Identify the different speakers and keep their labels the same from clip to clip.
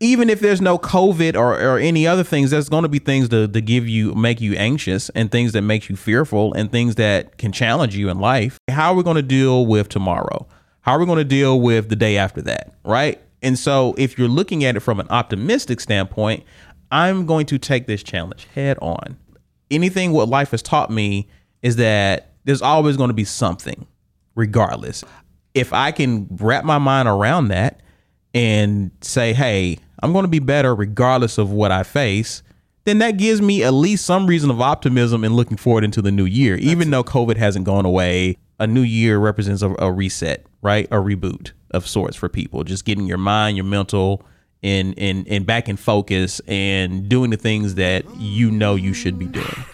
Speaker 1: even if there's no COVID or, or any other things, there's going to be things to, to give you, make you anxious and things that make you fearful and things that can challenge you in life. How are we going to deal with tomorrow? How are we going to deal with the day after that? Right. And so if you're looking at it from an optimistic standpoint, I'm going to take this challenge head on. Anything what life has taught me is that there's always going to be something, regardless. If I can wrap my mind around that and say, hey, I'm going to be better regardless of what I face, then that gives me at least some reason of optimism in looking forward into the new year. Even though COVID hasn't gone away, a new year represents a, a reset, right? A reboot of sorts for people, just getting your mind, your mental, and, and, and back in focus and doing the things that you know you should be doing.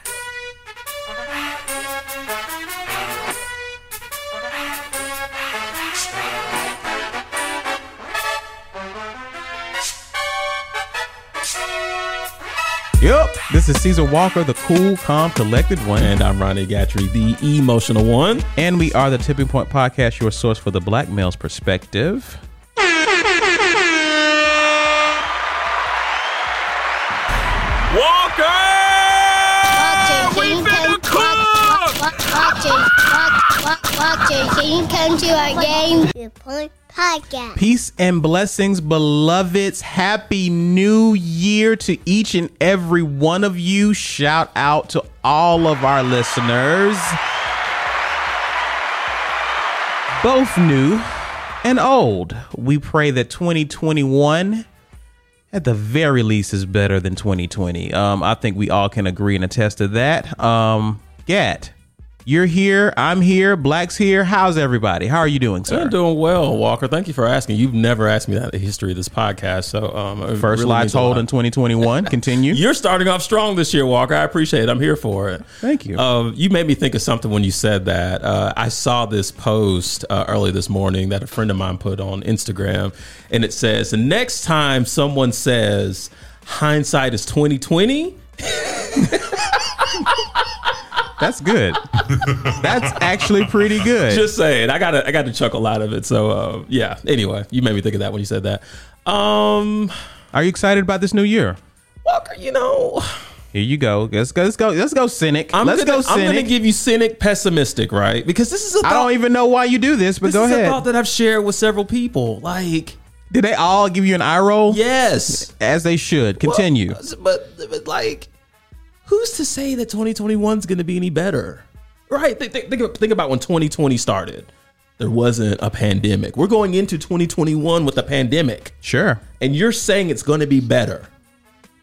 Speaker 1: Yep. This is Caesar Walker, the cool, calm, collected one.
Speaker 2: And I'm Ronnie Gatry, the emotional one.
Speaker 1: And we are the Tipping Point Podcast, your source for the black male's perspective.
Speaker 2: Walker!
Speaker 3: Watchers, can come to our game. Your point podcast.
Speaker 1: Peace and blessings, beloveds. Happy New Year to each and every one of you. Shout out to all of our listeners, both new and old. We pray that 2021 at the very least is better than 2020. Um, I think we all can agree and attest to that. Um, Gat, you're here. I'm here. Black's here. How's everybody? How are you doing, sir?
Speaker 2: I'm doing well, Walker. Thank you for asking. You've never asked me that in the history of this podcast. So um, it
Speaker 1: First
Speaker 2: really
Speaker 1: lie
Speaker 2: means a
Speaker 1: told
Speaker 2: lot.
Speaker 1: in 2021. Continue.
Speaker 2: You're starting off strong this year, Walker. I appreciate it. I'm here for it.
Speaker 1: Thank you.
Speaker 2: Um, you made me think of something when you said that. Uh, I saw this post uh, early this morning that a friend of mine put on Instagram, and it says, "The next time someone says hindsight is 2020,
Speaker 1: That's good. That's actually pretty good.
Speaker 2: just saying. I got to I got to chuckle out of it. So uh, yeah. Anyway, you made me think of that when you said that. Um,
Speaker 1: are you excited about this new year?
Speaker 2: Walker, you know,
Speaker 1: Here you go. Let's go. Let's go. Let's go cynic.
Speaker 2: I'm
Speaker 1: let's
Speaker 2: gonna,
Speaker 1: go
Speaker 2: I'm gonna
Speaker 1: cynic.
Speaker 2: give you cynic, pessimistic, right? Because this is a
Speaker 1: I
Speaker 2: thought,
Speaker 1: don't even know why you do this, but
Speaker 2: this
Speaker 1: go
Speaker 2: is a
Speaker 1: ahead.
Speaker 2: thought that I've shared with several people. Like,
Speaker 1: Did they all give you an eye roll?
Speaker 2: yes.
Speaker 1: As they should. Continue.
Speaker 2: uh, But, but like, who's to say that 2021 is going to be any better? Right? Think, think, think, think about when 2020 started. There wasn't a pandemic. We're going into 2021 with a pandemic,
Speaker 1: sure.
Speaker 2: and you're saying it's going to be better.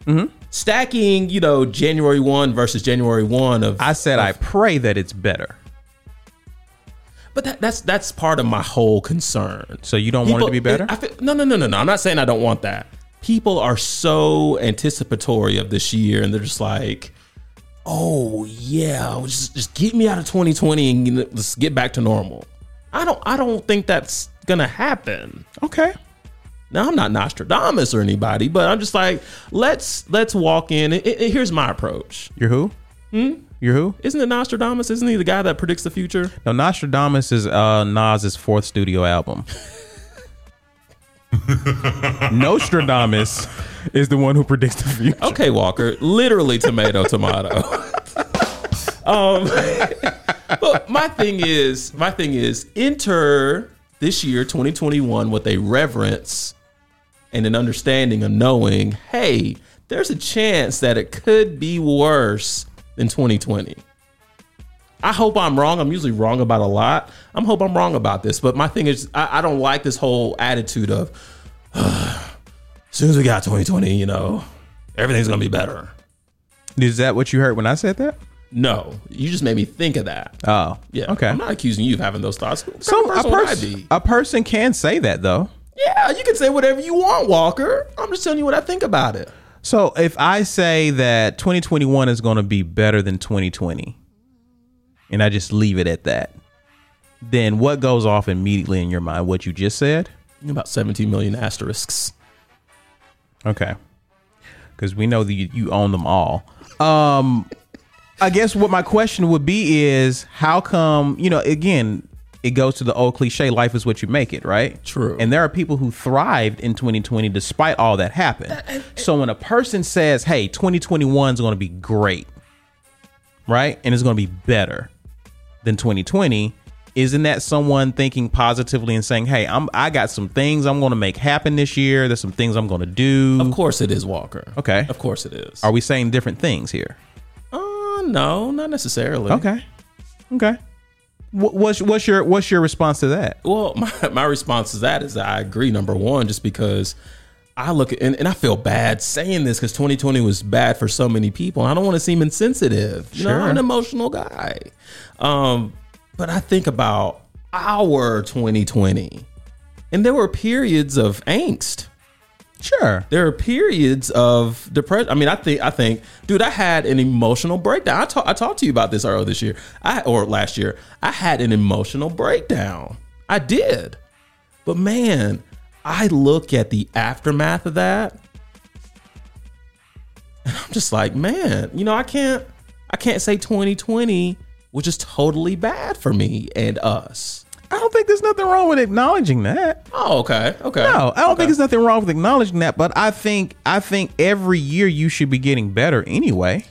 Speaker 1: Mm-hmm.
Speaker 2: Stacking, you know, January 1 versus January 1 of.
Speaker 1: I said I pray that it's better.
Speaker 2: but that, that's that's part of my whole concern.
Speaker 1: So you don't want it to be better?
Speaker 2: I feel, no, no, no, no, no. I'm not saying I don't want that. People are so anticipatory of this year, and they're just like, "Oh yeah, just just get me out of 2020 and you know, let's get back to normal." I don't, I don't think that's gonna happen.
Speaker 1: okay.
Speaker 2: Now I'm not Nostradamus or anybody, but I'm just like, let's let's walk in. And, and- and here's my approach.
Speaker 1: You're who? Hmm? You're who?
Speaker 2: Isn't it Nostradamus? Isn't he the guy that predicts the future?
Speaker 1: No, Nostradamus is uh, Nas's fourth studio album. Nostradamus is the one who predicts the future.
Speaker 2: Okay, Walker. Literally tomato, tomato. um, but my thing is, my thing is, enter this year, 2021, with a reverence and an understanding of knowing, hey, there's a chance that it could be worse than 2020. I hope I'm wrong. I'm usually wrong about a lot. I'm hope I'm wrong about this. But my thing is, I, I don't like this whole attitude of, as soon as we got 2020, you know, everything's gonna be better.
Speaker 1: Is that what you heard when I said that?
Speaker 2: No, you just made me think of that.
Speaker 1: Oh,
Speaker 2: yeah.
Speaker 1: Okay.
Speaker 2: I'm not accusing you of having those thoughts. What kind
Speaker 1: so
Speaker 2: of
Speaker 1: a,
Speaker 2: person would I
Speaker 1: pers-
Speaker 2: be?
Speaker 1: a person can say that though.
Speaker 2: Yeah, you can say whatever you want, Walker. I'm just telling you what I think about it.
Speaker 1: So if I say that 2021 is going to be better than 2020, and I just leave it at that, then what goes off immediately in your mind? What you just said?
Speaker 2: About 17 million asterisks.
Speaker 1: Okay. Because we know that you, you own them all. Um, I guess what my question would be is how come, you know, again, it goes to the old cliche life is what you make it, right?
Speaker 2: True.
Speaker 1: And there are people who thrived in 2020 despite all that happened. So when a person says, hey, 2021 is going to be great, right? And it's going to be better than 2020. Isn't that someone thinking positively and saying, "Hey, I'm I got some things I'm going to make happen this year. There's some things I'm going to do."
Speaker 2: Of course it is Walker.
Speaker 1: Okay.
Speaker 2: Of course it is.
Speaker 1: Are we saying different things here?
Speaker 2: Uh, no, not necessarily.
Speaker 1: Okay. Okay. Wh- What's what's your what's your response to that?
Speaker 2: Well, my, my response to that is that I agree, number one, just because I look at, and, and I feel bad saying this because 2020 was bad for so many people. I don't want to seem insensitive. You know,
Speaker 1: Sure.
Speaker 2: I'm an emotional guy. Um, but I think about our 2020, and there were periods of angst.
Speaker 1: Sure.
Speaker 2: there are periods of depression. I mean, I think I think, dude, I had an emotional breakdown. I, ta- I talked to you about this earlier this year, I or last year. I had an emotional breakdown. I did, but man, I look at the aftermath of that, and I'm just like, man, you know, I can't, I can't say 2020 was just totally bad for me and us.
Speaker 1: I don't think there's nothing wrong with acknowledging that.
Speaker 2: Oh, okay, okay.
Speaker 1: No, I don't think there's nothing wrong with acknowledging that, but I think I think every year you should be getting better anyway.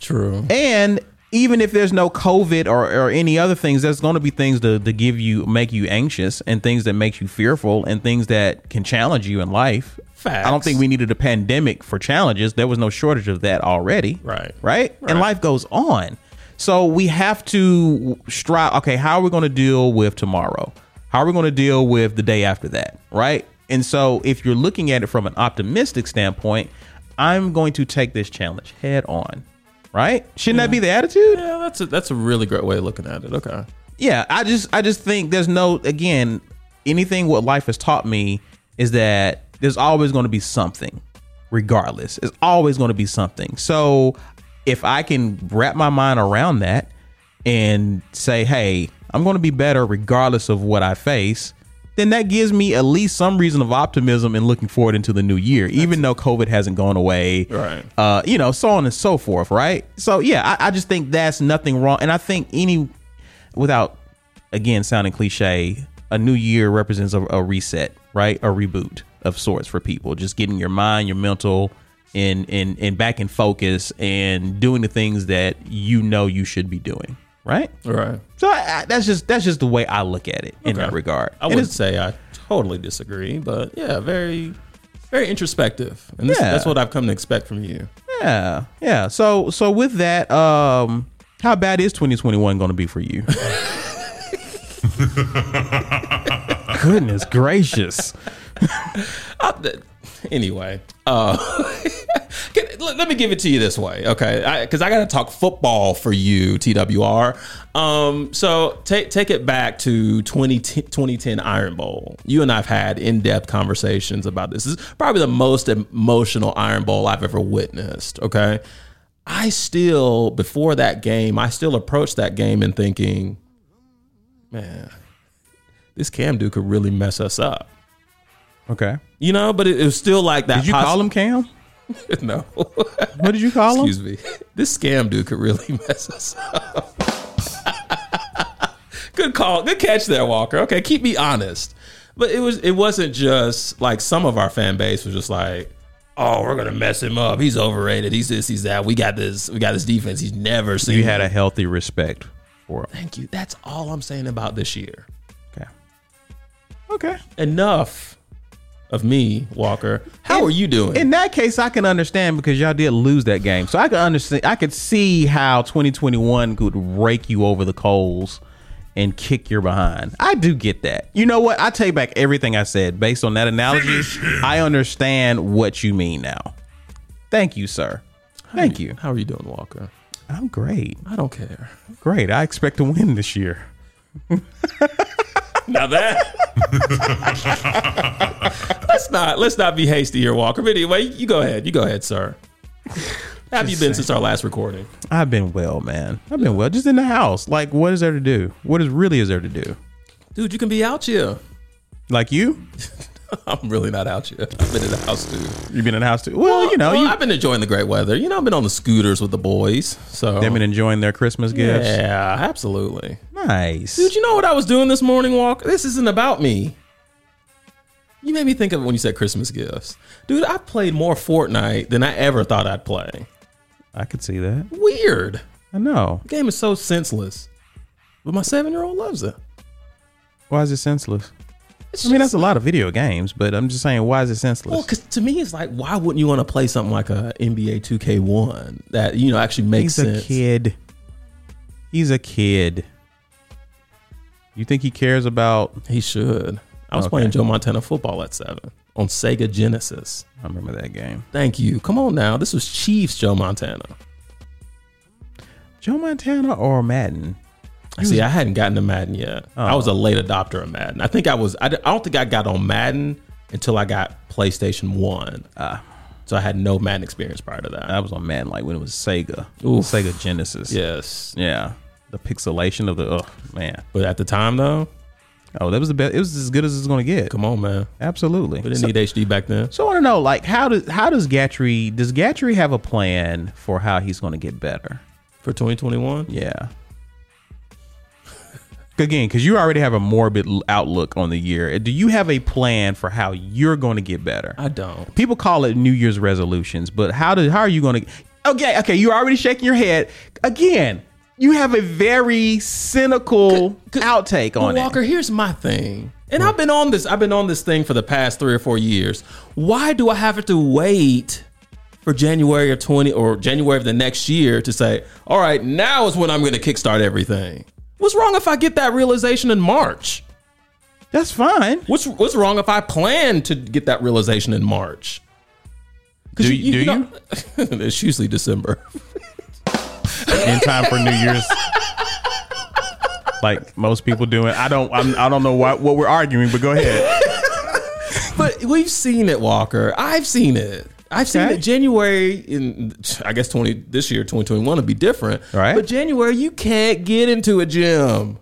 Speaker 2: true.
Speaker 1: And even if there's no COVID or, or any other things, there's going to be things to, to give you, make you anxious, and things that make you fearful, and things that can challenge you in life.
Speaker 2: Facts.
Speaker 1: I don't think we needed a pandemic for challenges. There was no shortage of that already.
Speaker 2: Right.
Speaker 1: Right.
Speaker 2: Right.
Speaker 1: And life goes on. So we have to strive. Okay, how are we going to deal with tomorrow? How are we going to deal with the day after that? Right. And so if you're looking at it from an optimistic standpoint, I'm going to take this challenge head on. Right? Shouldn't that be the attitude?
Speaker 2: Yeah, that's a that's a really great way of looking at it. Okay.
Speaker 1: yeah i just i just think there's no again anything what life has taught me is that there's always going to be something regardless it's always going to be something so if i can wrap my mind around that and say hey i'm going to be better regardless of what i face then that gives me at least some reason of optimism in looking forward into the new year even though covid hasn't gone away
Speaker 2: Right.
Speaker 1: uh, you know, so on and so forth, right? So yeah, I, I just think that's nothing wrong, and I think any, without again sounding cliche, a new year represents a, a reset, right? A reboot of sorts for people, just getting your mind, your mental, and and and back in focus, and doing the things that you know you should be doing, right?
Speaker 2: All right.
Speaker 1: So I, I, that's just that's just the way I look at it in
Speaker 2: Okay.
Speaker 1: that regard.
Speaker 2: I
Speaker 1: And
Speaker 2: wouldn't
Speaker 1: it's-
Speaker 2: say I totally disagree, but yeah, very, very introspective, and this,
Speaker 1: Yeah.
Speaker 2: that's what I've come to expect from you.
Speaker 1: yeah, yeah. So so with that, um, how bad is twenty twenty one going to be for you? Goodness gracious!
Speaker 2: I- Uh, th- anyway, uh, can- let, let me give it to you this way, okay? Because I, got to talk football for you, TWR. Um, so take take it back to 2010, 2010 Iron Bowl. You and I've had in depth conversations about this. This is probably the most emotional Iron Bowl I've ever witnessed. Okay, I still before that game, I still approached that game and thinking, man, this Cam dude could really mess us up.
Speaker 1: Okay.
Speaker 2: You know, but it, it was still like that.
Speaker 1: Did you call him Cam?
Speaker 2: him? No.
Speaker 1: What did you call him?
Speaker 2: Excuse me. This scam dude could really mess us up. good call. Good catch there, Walker. Okay, keep me honest. But it was it wasn't just like some of our fan base was just like, oh, we're gonna mess him up. He's overrated. He's this, he's that. We got this, we got this defense. He's never seen.
Speaker 1: You had a healthy respect for him.
Speaker 2: thank you. That's all I'm saying about this year.
Speaker 1: Okay. Okay.
Speaker 2: Enough of me, Walker. How
Speaker 1: In-
Speaker 2: are you doing?
Speaker 1: In that case, I can understand because y'all did lose that game, so I could understand. I could see how 2021 could rake you over the coals and kick your behind. I do get that. You know what? I take back everything I said based on that analogy. I understand what you mean now. Thank you, sir. Thank you.
Speaker 2: How are you doing, Walker?
Speaker 1: I'm great.
Speaker 2: I don't care.
Speaker 1: Great. I expect to win this year.
Speaker 2: Now that let's not let's not be hasty here, Walker. But anyway, you go ahead. You go ahead, sir. How have you been since our last recording?
Speaker 1: I've been well, man. I've been well. Just in the house. Like, what is there to do? What is really is there to do?
Speaker 2: Dude, you can be out here.
Speaker 1: Like you?
Speaker 2: I'm really not out here. I've been in the house too.
Speaker 1: You've been in the house too. Well, you know,
Speaker 2: Well,
Speaker 1: you,
Speaker 2: I've been enjoying the great weather. You know, I've been on the scooters with the boys. So
Speaker 1: They've been enjoying their Christmas gifts.
Speaker 2: yeah, absolutely.
Speaker 1: Nice.
Speaker 2: Dude, you know what I was doing this morning, Walker? This isn't about me. You made me think of it when you said Christmas gifts. Dude, I played more Fortnite than I ever thought I'd play.
Speaker 1: I could see that.
Speaker 2: Weird.
Speaker 1: I know.
Speaker 2: The game is so senseless. But my seven year old loves it.
Speaker 1: Why is it senseless?
Speaker 2: It's
Speaker 1: I mean,
Speaker 2: just-
Speaker 1: that's a lot of video games, but I'm just saying, why is it senseless?
Speaker 2: Well, because to me, it's like, why wouldn't you want to play something like a NBA 2K1 that, you know, actually makes
Speaker 1: He's
Speaker 2: sense?
Speaker 1: a kid. He's a kid. You think he cares about?
Speaker 2: He should. I was
Speaker 1: Okay.
Speaker 2: playing Joe Montana football at seven on Sega Genesis.
Speaker 1: I remember that game.
Speaker 2: Thank you. Come on now. This was Chiefs Joe Montana.
Speaker 1: Joe Montana or Madden?
Speaker 2: See, I hadn't gotten to Madden yet. I was a late adopter of Madden. I think I was. I, d- I don't think I got on Madden until I got PlayStation One. so I had no Madden experience prior to that.
Speaker 1: I was on Madden like when it was Sega,
Speaker 2: Oof.
Speaker 1: Sega Genesis.
Speaker 2: yes,
Speaker 1: yeah. The pixelation of the oh man,
Speaker 2: but at the time though,
Speaker 1: oh that was the best. It was as good as it's gonna get.
Speaker 2: come on, man,
Speaker 1: Absolutely.
Speaker 2: we didn't
Speaker 1: So,
Speaker 2: need HD back then.
Speaker 1: so I want to know, like, how does how does Gatry does Gatry have a plan for how he's gonna get better?
Speaker 2: For 2021,
Speaker 1: Yeah. Again, because you already have a morbid l- outlook on the year. Do you have a plan for how you're going to get better?
Speaker 2: I don't.
Speaker 1: People call it New Year's resolutions, but how do how are you going to? Okay, okay, you're already shaking your head. Again, you have a very cynical outtake on
Speaker 2: But Walker, here's my thing. And I've been on this. I've been on this thing for the past three or four years. Why do I have to wait for January of twenty or January of the next year to say, "All right, now is when I'm going to kickstart everything"? What's wrong if I get that realization in March?
Speaker 1: it. That's fine.
Speaker 2: What's What's wrong if I plan to get that realization in March? 'Cause
Speaker 1: Do you- do
Speaker 2: it's usually December.
Speaker 1: In time for New Year's. Like most people doing, I don't. I'm, I don't know what what we're arguing, but go ahead.
Speaker 2: But we've seen it, Walker. I've seen it. I've seen
Speaker 1: Okay.
Speaker 2: it. January in I guess twenty this year, twenty twenty one will be different.
Speaker 1: Right.
Speaker 2: But January, you can't get into a gym.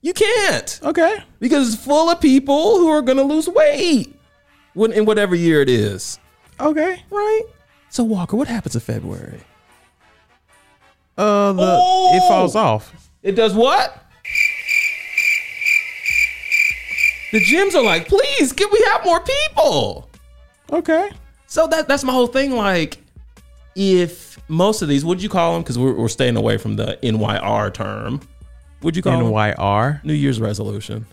Speaker 2: You can't.
Speaker 1: Okay.
Speaker 2: Because it's full of people who are gonna lose weight. When in whatever year it is.
Speaker 1: Okay.
Speaker 2: Right? So Walker, what happens in February?
Speaker 1: Uh, the it
Speaker 2: Oh!
Speaker 1: falls off.
Speaker 2: It does what? The gyms are like, please, can we have more people?
Speaker 1: Okay.
Speaker 2: So that that's my whole thing. Like, if most of these, what'd you call them? Because we're, we're staying away from the NYR term. Would you call them
Speaker 1: NYR
Speaker 2: New Year's resolution?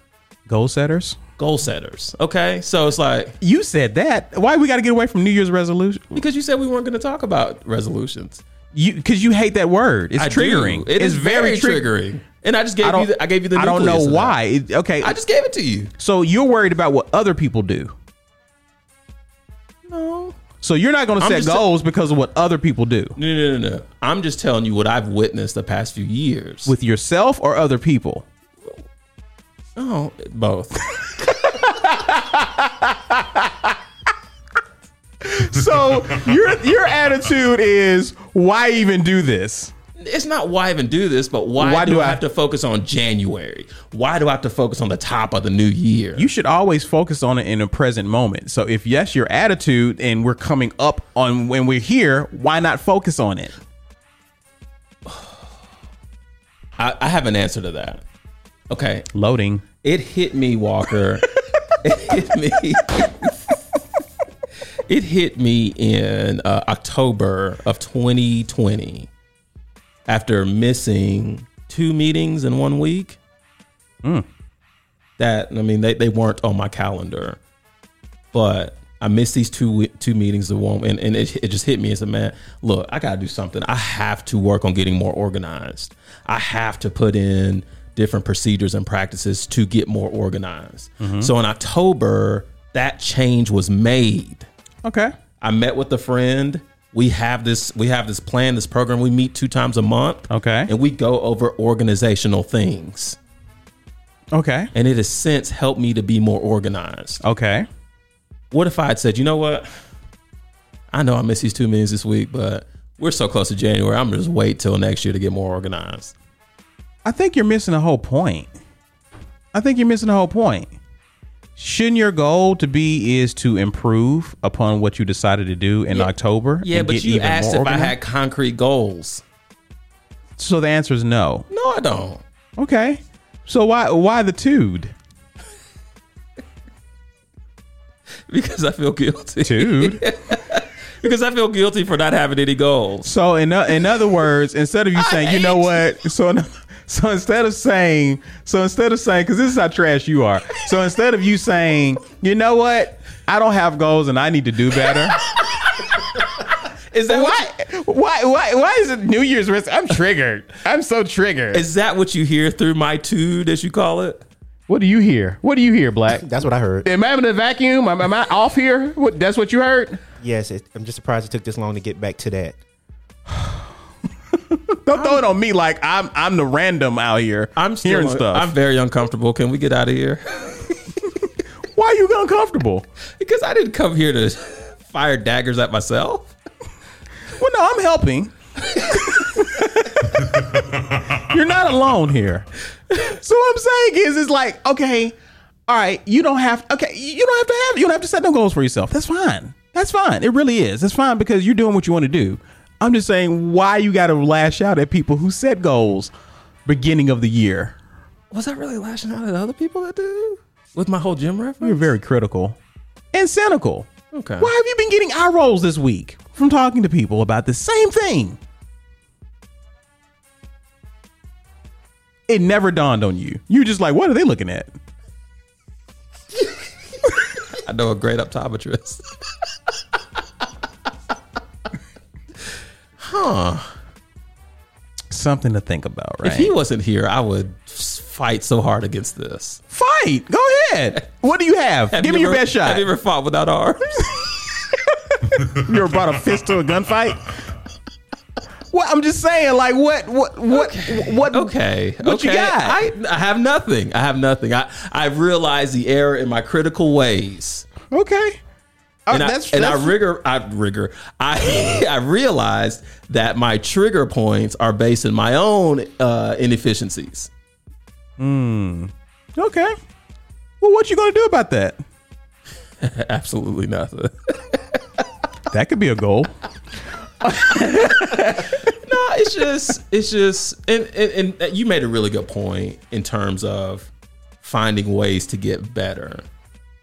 Speaker 1: goal setters.
Speaker 2: Goal setters. Okay, so it's like
Speaker 1: You said that. Why we got to get away from New Year's resolution?
Speaker 2: because you said we weren't going to talk about resolutions.
Speaker 1: You because you hate that word. It's
Speaker 2: I do.
Speaker 1: triggering.
Speaker 2: It
Speaker 1: it's
Speaker 2: is very
Speaker 1: tri-
Speaker 2: triggering. And I just gave
Speaker 1: I
Speaker 2: you.
Speaker 1: don't.
Speaker 2: The, I gave you the.
Speaker 1: I don't know
Speaker 2: nucleus of that.
Speaker 1: why. It- okay.
Speaker 2: I just gave it to you.
Speaker 1: so you're worried about what other people do.
Speaker 2: No.
Speaker 1: So you're not going to
Speaker 2: I'm
Speaker 1: set
Speaker 2: just-
Speaker 1: goals because of what other people do
Speaker 2: No, no, no, no. I'm just telling you what I've witnessed the past few years.
Speaker 1: with yourself or other people.
Speaker 2: oh, both.
Speaker 1: So your your attitude is why even do this?
Speaker 2: it's not why even do this, but why,
Speaker 1: Why
Speaker 2: do,
Speaker 1: do
Speaker 2: I
Speaker 1: I-
Speaker 2: have to focus on January? Why do I have to focus on the top of the new year?
Speaker 1: you should always focus on it in the present moment. So if yes, your attitude and we're coming up on when we're here, why not focus on it?
Speaker 2: I, I have an answer to that. Okay,
Speaker 1: Loading.
Speaker 2: it hit me, Walker. it hit me. it hit me in uh, October of 2020 after missing two meetings in one week. That I mean, they, they weren't on my calendar, but I missed these two we- two meetings in one, and, and it, it just hit me as a man. Look, I gotta do something. I have to work on getting more organized. I have to put in different procedures and practices to get more organized. So in October, that change was made.
Speaker 1: Okay.
Speaker 2: I met with a friend. We have this we have this plan, this program. We meet two times a month.
Speaker 1: Okay.
Speaker 2: And we go over organizational things.
Speaker 1: Okay.
Speaker 2: And it has since helped me to be more organized.
Speaker 1: Okay.
Speaker 2: What if I had said, you know what? I know I missed these two meetings this week, but we're so close to January. I'm gonna just wait till next year to get more organized.
Speaker 1: I think you're missing the whole point. I think you're missing the whole point. Shouldn't your goal to be is to improve upon what you decided to do in October?
Speaker 2: Yeah,
Speaker 1: and
Speaker 2: but
Speaker 1: get
Speaker 2: you
Speaker 1: even
Speaker 2: asked
Speaker 1: more
Speaker 2: if I
Speaker 1: organized?
Speaker 2: had concrete goals.
Speaker 1: So the answer is no.
Speaker 2: No, I don't.
Speaker 1: Okay. So why why the tude?
Speaker 2: because I feel guilty.
Speaker 1: Dude.
Speaker 2: Because I feel guilty for not having any goals.
Speaker 1: So in o- in other words, instead of you saying, you know what, so in- so instead of saying, so instead of saying, because this is how trash you are. So instead of you saying, you know what, I don't have goals and I need to do better.
Speaker 2: Is that
Speaker 1: why
Speaker 2: what?
Speaker 1: why why why is it New Year's res I'm triggered. I'm so triggered.
Speaker 2: You, is that what you hear through my tube, as you call it?
Speaker 1: what do you hear? What do you hear, Black?
Speaker 4: That's what I heard.
Speaker 1: Am I in a vacuum? Am, am I off here? What, that's what you heard?
Speaker 4: Yes, it, I'm just surprised it took this long to get back to that.
Speaker 1: Don't throw it on me like I'm I'm the random out here.
Speaker 2: I'm still,
Speaker 1: hearing stuff.
Speaker 2: I'm very uncomfortable. Can we get out of here?
Speaker 1: Why are you uncomfortable?
Speaker 2: because I didn't come here to fire daggers at myself.
Speaker 1: Well, no, I'm helping. You're not alone here. So what I'm saying is, it's like, okay, all right, you don't have, okay, you don't have to have, you don't have to set no goals for yourself. That's fine. That's fine. It really is. It's fine because you're doing what you want to do. I'm just saying why you got to lash out at people who set goals beginning of the year.
Speaker 2: Was I really lashing out at other people that do with my whole gym reference?
Speaker 1: You're very critical and cynical.
Speaker 2: okay.
Speaker 1: Why have you been getting eye rolls this week from talking to people about the same thing? It never dawned on you. You're just like, what are they looking at?
Speaker 2: I know a great optometrist.
Speaker 1: Something to think about, right?
Speaker 2: If he wasn't here, I would s- fight so hard against this.
Speaker 1: Fight. Go ahead. What do you have?
Speaker 2: Have
Speaker 1: Give
Speaker 2: you
Speaker 1: me your
Speaker 2: ever-
Speaker 1: best shot.
Speaker 2: Have you
Speaker 1: You
Speaker 2: ever fought without arms?
Speaker 1: ever brought a fist to a gunfight? Well, I'm just saying, like, what, what, what, what?
Speaker 2: okay.
Speaker 1: What
Speaker 2: okay.
Speaker 1: you got?
Speaker 2: I, I have nothing. I have nothing. I I realize the error in my critical ways,
Speaker 1: Okay. Uh,
Speaker 2: and I
Speaker 1: that's-
Speaker 2: and
Speaker 1: that's-
Speaker 2: I rigor I rigor I I realized that my trigger points are based in my own uh, inefficiencies.
Speaker 1: okay. Well, what you gonna do about that?
Speaker 2: Absolutely nothing.
Speaker 1: That could be a goal.
Speaker 2: no, it's just it's just and, and and you made a really good point in terms of finding ways to get better.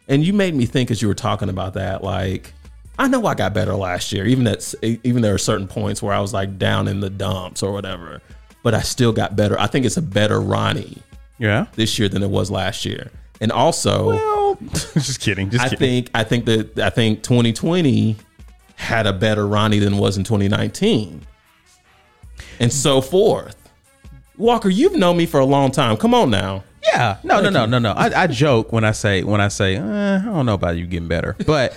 Speaker 2: And you made me think as you were talking about that, like I know I got better last year. Even at e, even there are certain points where I was like down in the dumps or whatever, but I still got better. I think it's a better Ronnie
Speaker 1: Yeah.
Speaker 2: this year than it was last year. And also,
Speaker 1: just kidding. Just
Speaker 2: I
Speaker 1: kidding.
Speaker 2: think I think that I think 2020 had a better Ronnie than was in 2019, and so forth. Walker, you've known me for a long time. Come on now.
Speaker 1: Yeah. No, no, no, no, no. I, I joke when I say when I say eh, I don't know about you getting better, but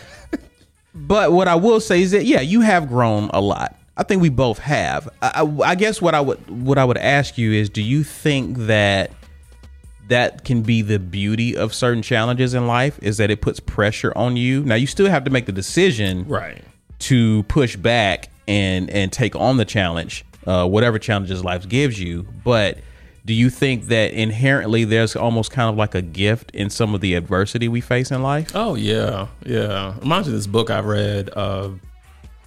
Speaker 1: but what I will say is that yeah, you have grown a lot. I think we both have. I, I, I guess what I would what I would ask you is, do you think that that can be the beauty of certain challenges in life is that it puts pressure on you. Now you still have to make the decision
Speaker 2: Right.
Speaker 1: to push back and and take on the challenge, uh, whatever challenges life gives you. But do you think that inherently there's almost kind of like a gift in some of the adversity we face in life?
Speaker 2: Oh yeah, yeah. Reminds me of this book I read uh,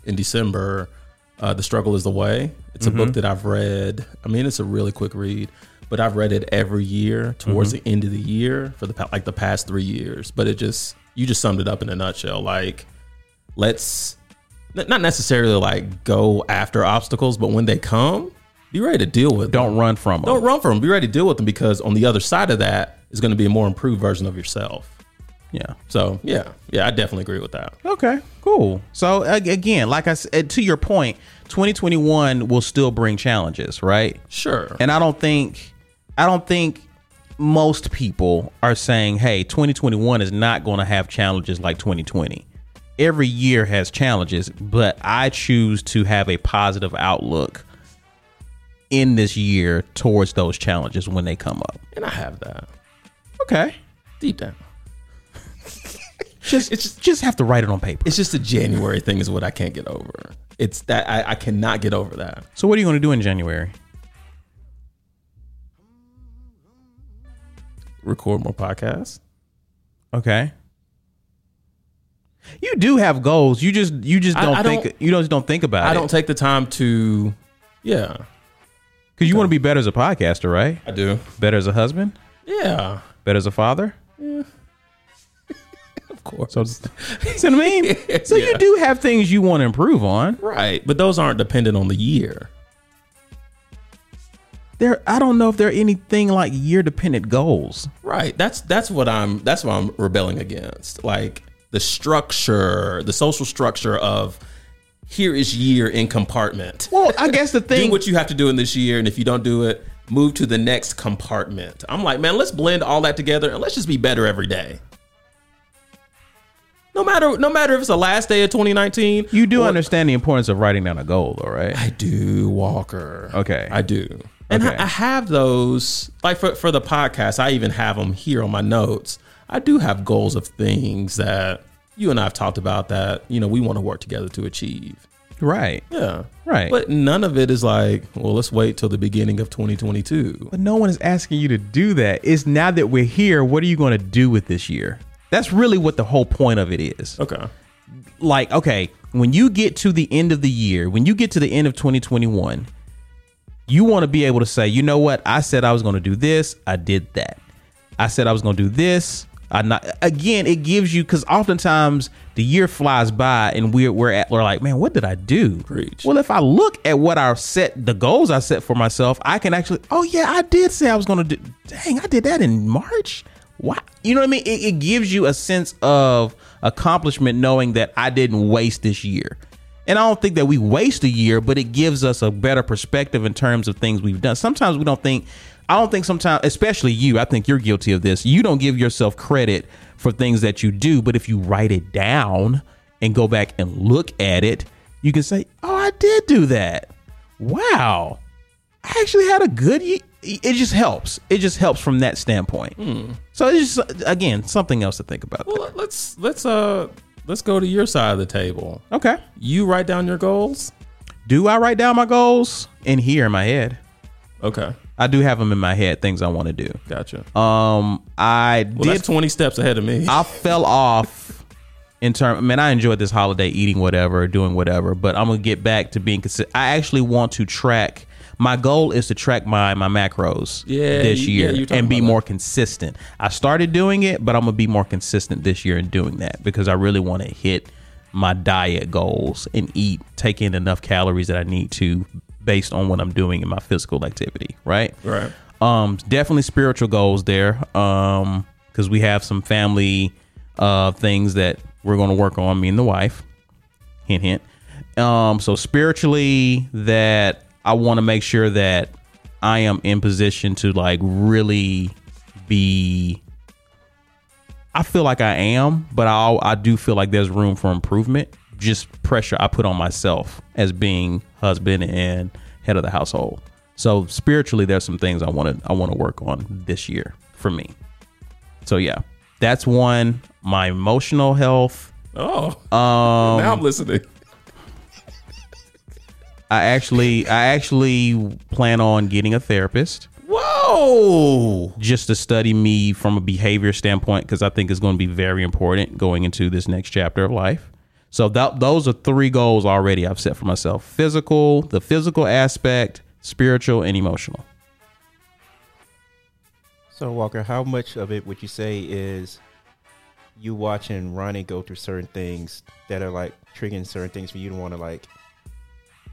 Speaker 2: in December. Uh, the struggle is the way. It's a book that I've read. I mean, it's a really quick read, but I've read it every year towards the end of the year for the pa- like the past three years. But it just you just summed it up in a nutshell. Like, let's n- not necessarily like go after obstacles, but when they come, be ready to deal with. them.
Speaker 1: Don't run from them.
Speaker 2: Don't run from them. Be ready to deal with them because on the other side of that is going to be a more improved version of yourself.
Speaker 1: Yeah.
Speaker 2: So yeah, yeah, I definitely agree with that.
Speaker 1: Okay, cool. So ag- again, like I said, to your point, 2021 will still bring challenges, right?
Speaker 2: Sure.
Speaker 1: And I don't think I don't think most people are saying, "Hey, 2021 is not going to have challenges like 2020." Every year has challenges, but I choose to have a positive outlook in this year towards those challenges when they come up.
Speaker 2: and I have that
Speaker 1: Okay.
Speaker 2: deep down.
Speaker 1: Just it's just, just have to write it on paper.
Speaker 2: It's just the January thing is what I can't get over. It's that I, I cannot get over that.
Speaker 1: So what are you going to do in January?
Speaker 2: Record more podcasts.
Speaker 1: Okay. You do have goals. You just you just
Speaker 2: I-
Speaker 1: don't
Speaker 2: I
Speaker 1: think
Speaker 2: don't-
Speaker 1: you don't just don't think about
Speaker 2: I
Speaker 1: it.
Speaker 2: don't take the time to, yeah.
Speaker 1: Because you want to be better as a podcaster, right?
Speaker 2: I do.
Speaker 1: Better as a husband?
Speaker 2: Yeah,
Speaker 1: Better as a father?
Speaker 2: of course.
Speaker 1: So, so I mean, so
Speaker 2: Yeah.
Speaker 1: you do have things you want to improve on.
Speaker 2: right, but those aren't dependent on the year.
Speaker 1: There, I don't know if there are anything like year dependent goals.
Speaker 2: Right. That's that's what I'm that's what I'm rebelling against. Like the structure, the social structure of here is year in compartment.
Speaker 1: Well, I guess the
Speaker 2: Do
Speaker 1: thing
Speaker 2: what you have to do in this year, and if you don't do it, move to the next compartment. I'm like, man, let's blend all that together and let's just be better every day. No matter no matter if it's the last day of 2019.
Speaker 1: you do understand the importance of writing down a goal, though, right?
Speaker 2: I do, Walker.
Speaker 1: Okay.
Speaker 2: I do. And
Speaker 1: Okay.
Speaker 2: I, I have those, like for, for the podcast, I even have them here on my notes. I do have goals of things that you and I have talked about that, you know, we want to work together to achieve.
Speaker 1: Right.
Speaker 2: Yeah.
Speaker 1: Right.
Speaker 2: But none of it is like, well, let's wait till the beginning of 2022.
Speaker 1: But no one is asking you to do that. It's now that we're here, what are you going to do with this year? That's really what the whole point of it is.
Speaker 2: Okay.
Speaker 1: Like, okay, when you get to the end of the year, when you get to the end of 2021, you want to be able to say, you know what? I said I was going to do this. I did that. I said I was going to do this. I not again. It gives you because oftentimes the year flies by and we're we're at we're like, man, what did I do?
Speaker 2: Preach.
Speaker 1: Well, if I look at what I set the goals I set for myself, I can actually. Oh yeah, I did say I was going to do. Dang, I did that in March. Why? You know what I mean? It, it gives you a sense of accomplishment knowing that I didn't waste this year. And I don't think that we waste a year, but it gives us a better perspective in terms of things we've done. Sometimes we don't think, I don't think sometimes, especially you, I think you're guilty of this. You don't give yourself credit for things that you do, but if you write it down and go back and look at it, you can say, oh, I did do that. Wow. I actually had a good year. It just helps. It just helps from that standpoint. So it's just, uh, again, something else to think about. there.
Speaker 2: Hmm. Well, let's let's uh let's go to your side of the table.
Speaker 1: Okay.
Speaker 2: You write down your goals.
Speaker 1: Do I write down my goals in here in my head?
Speaker 2: Okay.
Speaker 1: I do have them in my head, things I want to do.
Speaker 2: Gotcha.
Speaker 1: Um, I
Speaker 2: well,
Speaker 1: did.
Speaker 2: that's 20 steps ahead of me.
Speaker 1: I fell off in term. Man, I enjoyed this holiday, eating whatever, doing whatever. But I'm gonna get back to being consistent. I actually want to track. My goal is to track my my macros
Speaker 2: Yeah,
Speaker 1: this
Speaker 2: you- yeah,
Speaker 1: year
Speaker 2: you were talking
Speaker 1: and be
Speaker 2: about
Speaker 1: more consistent. I started doing it, but I'm gonna be more consistent this year in doing that because I really want to hit my diet goals and eat, take in enough calories that I need to based on what I'm doing in my physical activity. Right.
Speaker 2: right.
Speaker 1: Um, definitely spiritual goals there. Um, because we have some family uh things that we're gonna work on, me and the wife. Hint hint. Um, so spiritually that I wanna make sure that I am in position to like really be I feel like I am, but I I do feel like there's room for improvement. Just pressure I put on myself as being husband and head of the household. So spiritually, there's some things I want to I want to work on this year for me. So yeah, that's one. My emotional health.
Speaker 2: Oh.
Speaker 1: Um,
Speaker 2: now I'm listening.
Speaker 1: I actually I actually plan on getting a therapist.
Speaker 2: Whoa.
Speaker 1: just to study me from a behavior standpoint because I think it's going to be very important going into this next chapter of life. So that those are three goals already I've set for myself: physical, the physical aspect, spiritual, and emotional.
Speaker 4: So Walker, how much of it would you say is you watching Ronnie go through certain things that are like triggering certain things for you to want to like,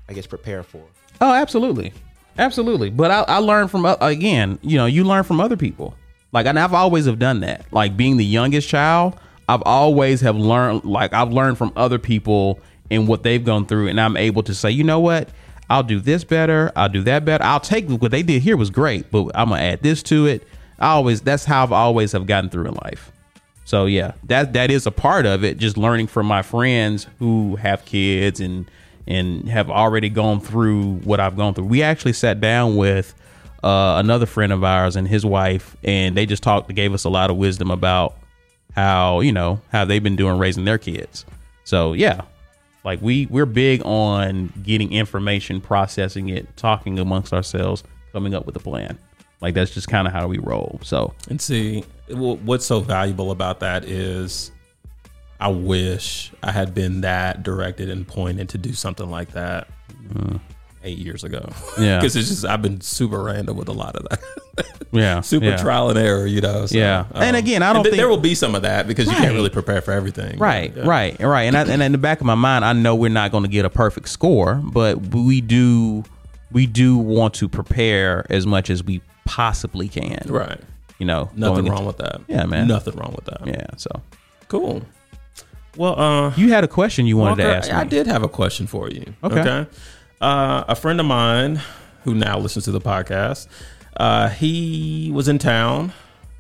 Speaker 4: I guess, prepare for?
Speaker 1: Oh, absolutely, absolutely. But I, I learned from o- again, you know, you learn from other people. Like, and I've always have done that. Like being the youngest child, I've always have learned. Like I've learned from other people and what they've gone through, and I'm able to say, you know what, I'll do this better. I'll do that better. I'll take what they did here was great, but I'm gonna add this to it. I always that's how I've always have gotten through in life. So yeah, that that is a part of it. Just learning from my friends who have kids and and have already gone through what I've gone through. We actually sat down with uh, another friend of ours and his wife, and they just talked. Gave us a lot of wisdom about how you know how they've been doing raising their kids. So yeah, like we we're big on getting information, processing it, talking amongst ourselves, coming up with a plan. Like that's just kind of how we roll. So
Speaker 2: And see, wh- what's so valuable about that is I wish I had been that directed and pointed to do something like that. eight years ago.
Speaker 1: Mm. Yeah.
Speaker 2: because it's just I've been super random with a lot of that.
Speaker 1: Yeah,
Speaker 2: super
Speaker 1: yeah.
Speaker 2: trial and error, you know. so, um,
Speaker 1: Yeah. And again, I don't
Speaker 2: th-
Speaker 1: think-
Speaker 2: there will be some of that because you can't
Speaker 1: Right.
Speaker 2: really prepare for everything.
Speaker 1: Right,
Speaker 2: Yeah.
Speaker 1: right, right. And I, and in the back of my mind, I know we're not going to get a perfect score, but we do we do want to prepare as much as we possibly can.
Speaker 2: right.
Speaker 1: You know,
Speaker 2: Nothing
Speaker 1: going
Speaker 2: wrong with that.
Speaker 1: Yeah, man.
Speaker 2: Nothing wrong with that.
Speaker 1: into- yeah. So
Speaker 2: Cool. Well, uh,
Speaker 1: you had a question you wanted
Speaker 2: Walker,
Speaker 1: to ask me.
Speaker 2: I did have a question for you.
Speaker 1: Okay.
Speaker 2: Uh, a friend of mine who now listens to the podcast, uh, he was in town.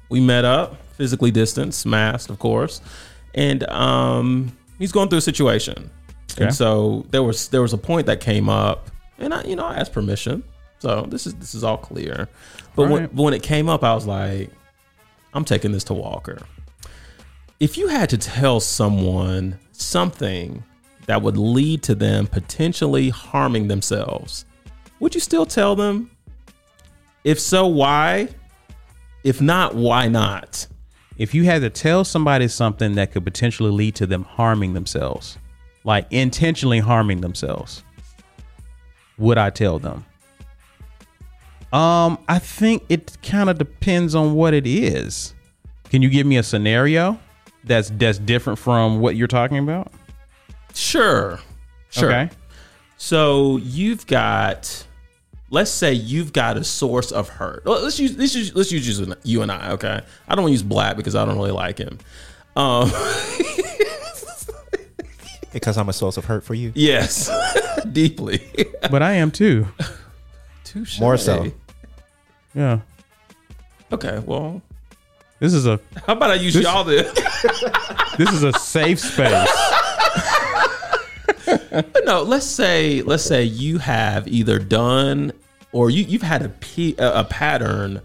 Speaker 2: We met up, physically distanced, masked, of course, and um, he's going through a situation.
Speaker 1: Okay.
Speaker 2: And so there was there was a point that came up, and I you know I asked permission. So this is this is all clear, but
Speaker 1: All
Speaker 2: when
Speaker 1: right.
Speaker 2: when it came up, I was like, I'm taking this to Walker if you had to tell someone something that would lead to them potentially harming themselves, would you still tell them? If so, why? If not, why not?
Speaker 1: If you had to tell somebody something that could potentially lead to them harming themselves, like intentionally harming themselves, would I tell them? Um, I think it kind of depends on what it is. Can you give me a scenario that's that's different from what you're talking about?
Speaker 2: Sure. Sure.
Speaker 1: Okay.
Speaker 2: So you've got, let's say you've got a source of hurt. Well, Let's use let's use let's use you and- you and I. Okay, I don't want to use Black because I don't really like him. Um,
Speaker 4: because I'm a source of hurt for you.
Speaker 2: yes, deeply.
Speaker 1: But I am too.
Speaker 2: Touche.
Speaker 4: More so.
Speaker 1: Yeah.
Speaker 2: Okay. Well,
Speaker 1: This is a
Speaker 2: How about I use y'all then?
Speaker 1: this is a safe space.
Speaker 2: no, let's say let's say you have either done or you you've had a p- a a pattern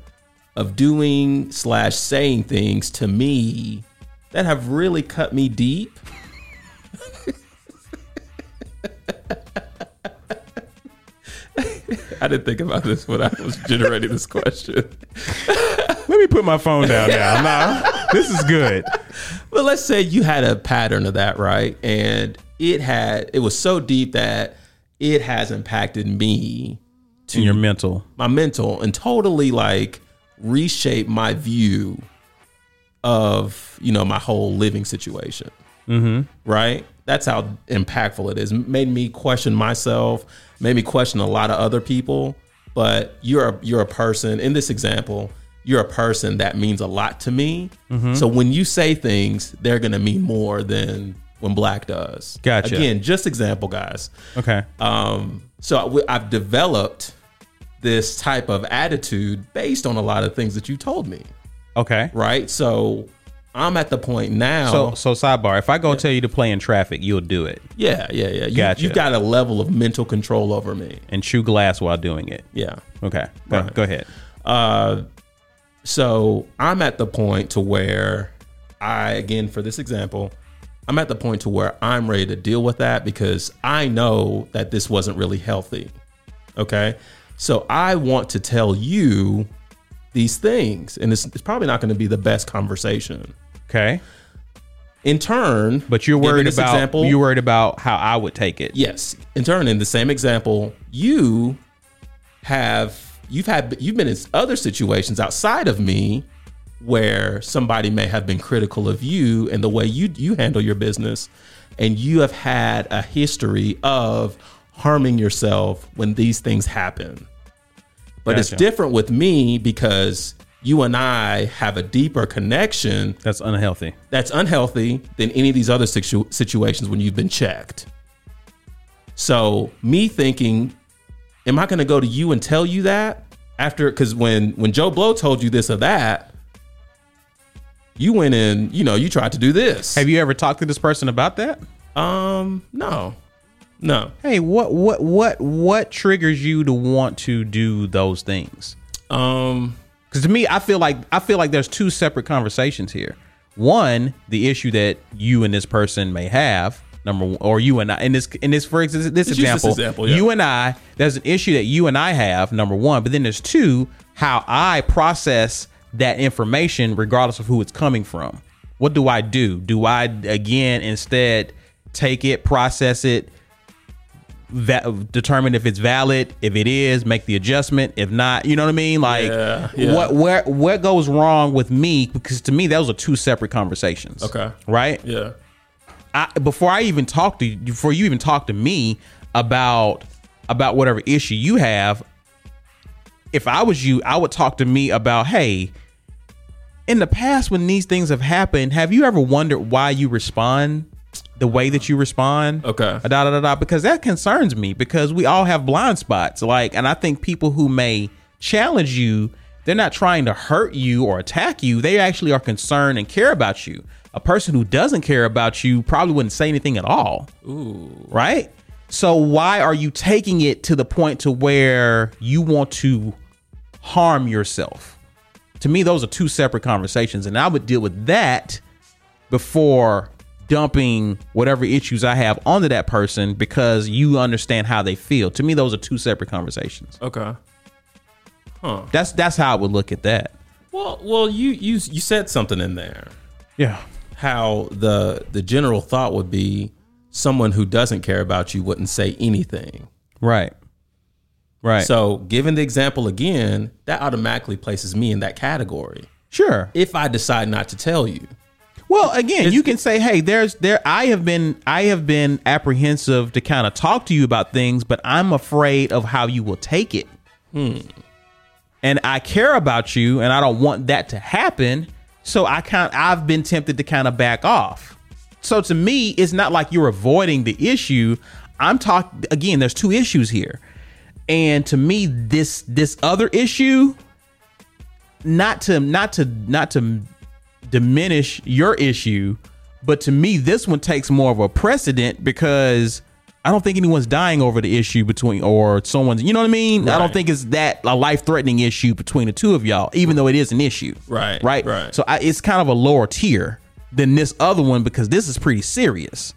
Speaker 2: of doing slash saying things to me that have really cut me deep. I didn't think about this when I was generating this question.
Speaker 1: Let me put my phone down now. Nah, this is good.
Speaker 2: But let's say you had a pattern of that, right? And it had it was so deep that it has impacted me
Speaker 1: In your mental.
Speaker 2: my mental and totally like reshape my view of you know my whole living situation right that's how impactful it is made me question myself made me question a lot of other people but you're a you're a person in this example you're a person that means a lot to me so when you say things they're gonna mean more than when black does
Speaker 1: Gotcha.
Speaker 2: again just example guys
Speaker 1: Okay.
Speaker 2: um, so I w- I've developed this type of attitude based on a lot of things that you told me,
Speaker 1: Okay.
Speaker 2: right? So I'm at the point now.
Speaker 1: So so sidebar. If I go tell you to play in traffic, you'll do it
Speaker 2: yeah, yeah, yeah. You,
Speaker 1: Gotcha.
Speaker 2: You've got a level of mental control over me.
Speaker 1: and chew glass while doing it.
Speaker 2: Yeah.
Speaker 1: Okay. Go,
Speaker 2: Right.
Speaker 1: go ahead.
Speaker 2: Uh, so I'm at the point to where I, again, for this example, I'm at the point to where I'm ready to deal with that because I know that this wasn't really healthy. Okay. So I want to tell you these things, and it's, it's probably not going to be the best conversation.
Speaker 1: Okay.
Speaker 2: In turn,
Speaker 1: But you're
Speaker 2: given
Speaker 1: worried
Speaker 2: this
Speaker 1: about
Speaker 2: example-
Speaker 1: you're worried about how I would take it.
Speaker 2: Yes. In turn, in the same example, you have you've had you've been in other situations outside of me where somebody may have been critical of you and the way you you handle your business, and you have had a history of harming yourself when these things happen. But it's
Speaker 1: Gotcha.
Speaker 2: different with me because you and I have a deeper connection
Speaker 1: That's unhealthy.
Speaker 2: that's unhealthy than any of these other situ- situations when you've been checked. So me thinking, am I going to go to you and tell you that after? Because when when Joe Blow told you this or that, you went in. You know, you tried to do this.
Speaker 1: Have you ever talked to this person about that?
Speaker 2: um, no, no.
Speaker 1: Hey, what what what what triggers you to want to do those things?
Speaker 2: Um,
Speaker 1: Because to me, I feel like I feel like there's two separate conversations here. One, the issue that you and this person may have, number one, or you and I, in this in this for instance, this
Speaker 2: Let's use this
Speaker 1: example,
Speaker 2: example, yeah.
Speaker 1: you and I, there's an issue that you and I have, number one. But then there's two, how I process that information, regardless of who it's coming from. What do I do? Do I again instead take it, process it, va- determine if it's valid. If it is, make the adjustment. If not, you know what I mean. Like
Speaker 2: Yeah, yeah.
Speaker 1: what where what goes wrong with me? Because to me, those are two separate conversations.
Speaker 2: Okay.
Speaker 1: right?
Speaker 2: Yeah.
Speaker 1: I, before I even talk to you, before you even talk to me about about whatever issue you have, if I was you, I would talk to me about, hey, in the past when these things have happened, have you ever wondered why you respond the way that you respond?
Speaker 2: Okay.
Speaker 1: Da da da da. Because that concerns me because we all have blind spots. Like, and I think people who may challenge you, they're not trying to hurt you or attack you. They actually are concerned and care about you. A person who doesn't care about you probably wouldn't say anything at all. Ooh. Right? So why are you taking it to the point to where you want to harm yourself? to me those are two separate conversations and i would deal with that before dumping whatever issues i have onto that person because you understand how they feel to me those are two separate conversations
Speaker 2: Okay.
Speaker 1: that's that's how i would look at that
Speaker 2: Well, well, you you you said something in there.
Speaker 1: yeah
Speaker 2: How the the general thought would be someone who doesn't care about you wouldn't say anything.
Speaker 1: right right so
Speaker 2: So, given the example again, that automatically places me in that category.
Speaker 1: sure
Speaker 2: If I decide not to tell you,
Speaker 1: Well, again, you can say, "Hey, there's there. I have been I have been apprehensive to kind of talk to you about things, but I'm afraid of how you will take it. And I care about you, and I don't want that to happen. So I kind I've been tempted to kind of back off. So to me, it's not like you're avoiding the issue. I'm talking again. There's two issues here, and to me, this this other issue, not to not to not to diminish your issue. But to me, this one takes more of a precedent because I don't think anyone's dying over the issue between or someone's. You know what I mean? I don't
Speaker 2: Right.
Speaker 1: think it's that a life threatening issue between the two of y'all, even though it is an issue.
Speaker 2: Right,
Speaker 1: Right.
Speaker 2: right.
Speaker 1: So I, it's kind of a lower tier than this other one because this is pretty serious.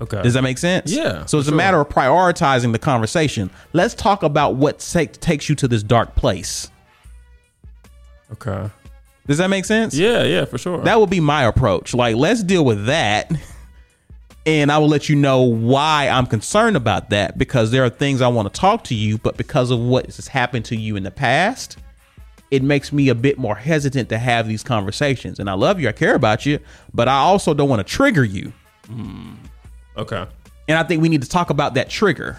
Speaker 2: okay,
Speaker 1: Does that make sense? So
Speaker 2: Yeah,
Speaker 1: it's
Speaker 2: for
Speaker 1: a
Speaker 2: sure.
Speaker 1: matter of prioritizing the conversation. Let's talk about what take, takes you to this dark place.
Speaker 2: okay?
Speaker 1: Does that make sense?
Speaker 2: Yeah, yeah, for sure.
Speaker 1: that would be my approach. Like, let's deal with that. And I will let you know why I'm concerned about that because there are things I want to talk to you, but because of what has happened to you in the past, it makes me a bit more hesitant to have these conversations. And I love you, I care about you, but I also don't want to trigger you.
Speaker 2: okay,
Speaker 1: And I think we need to talk about that trigger.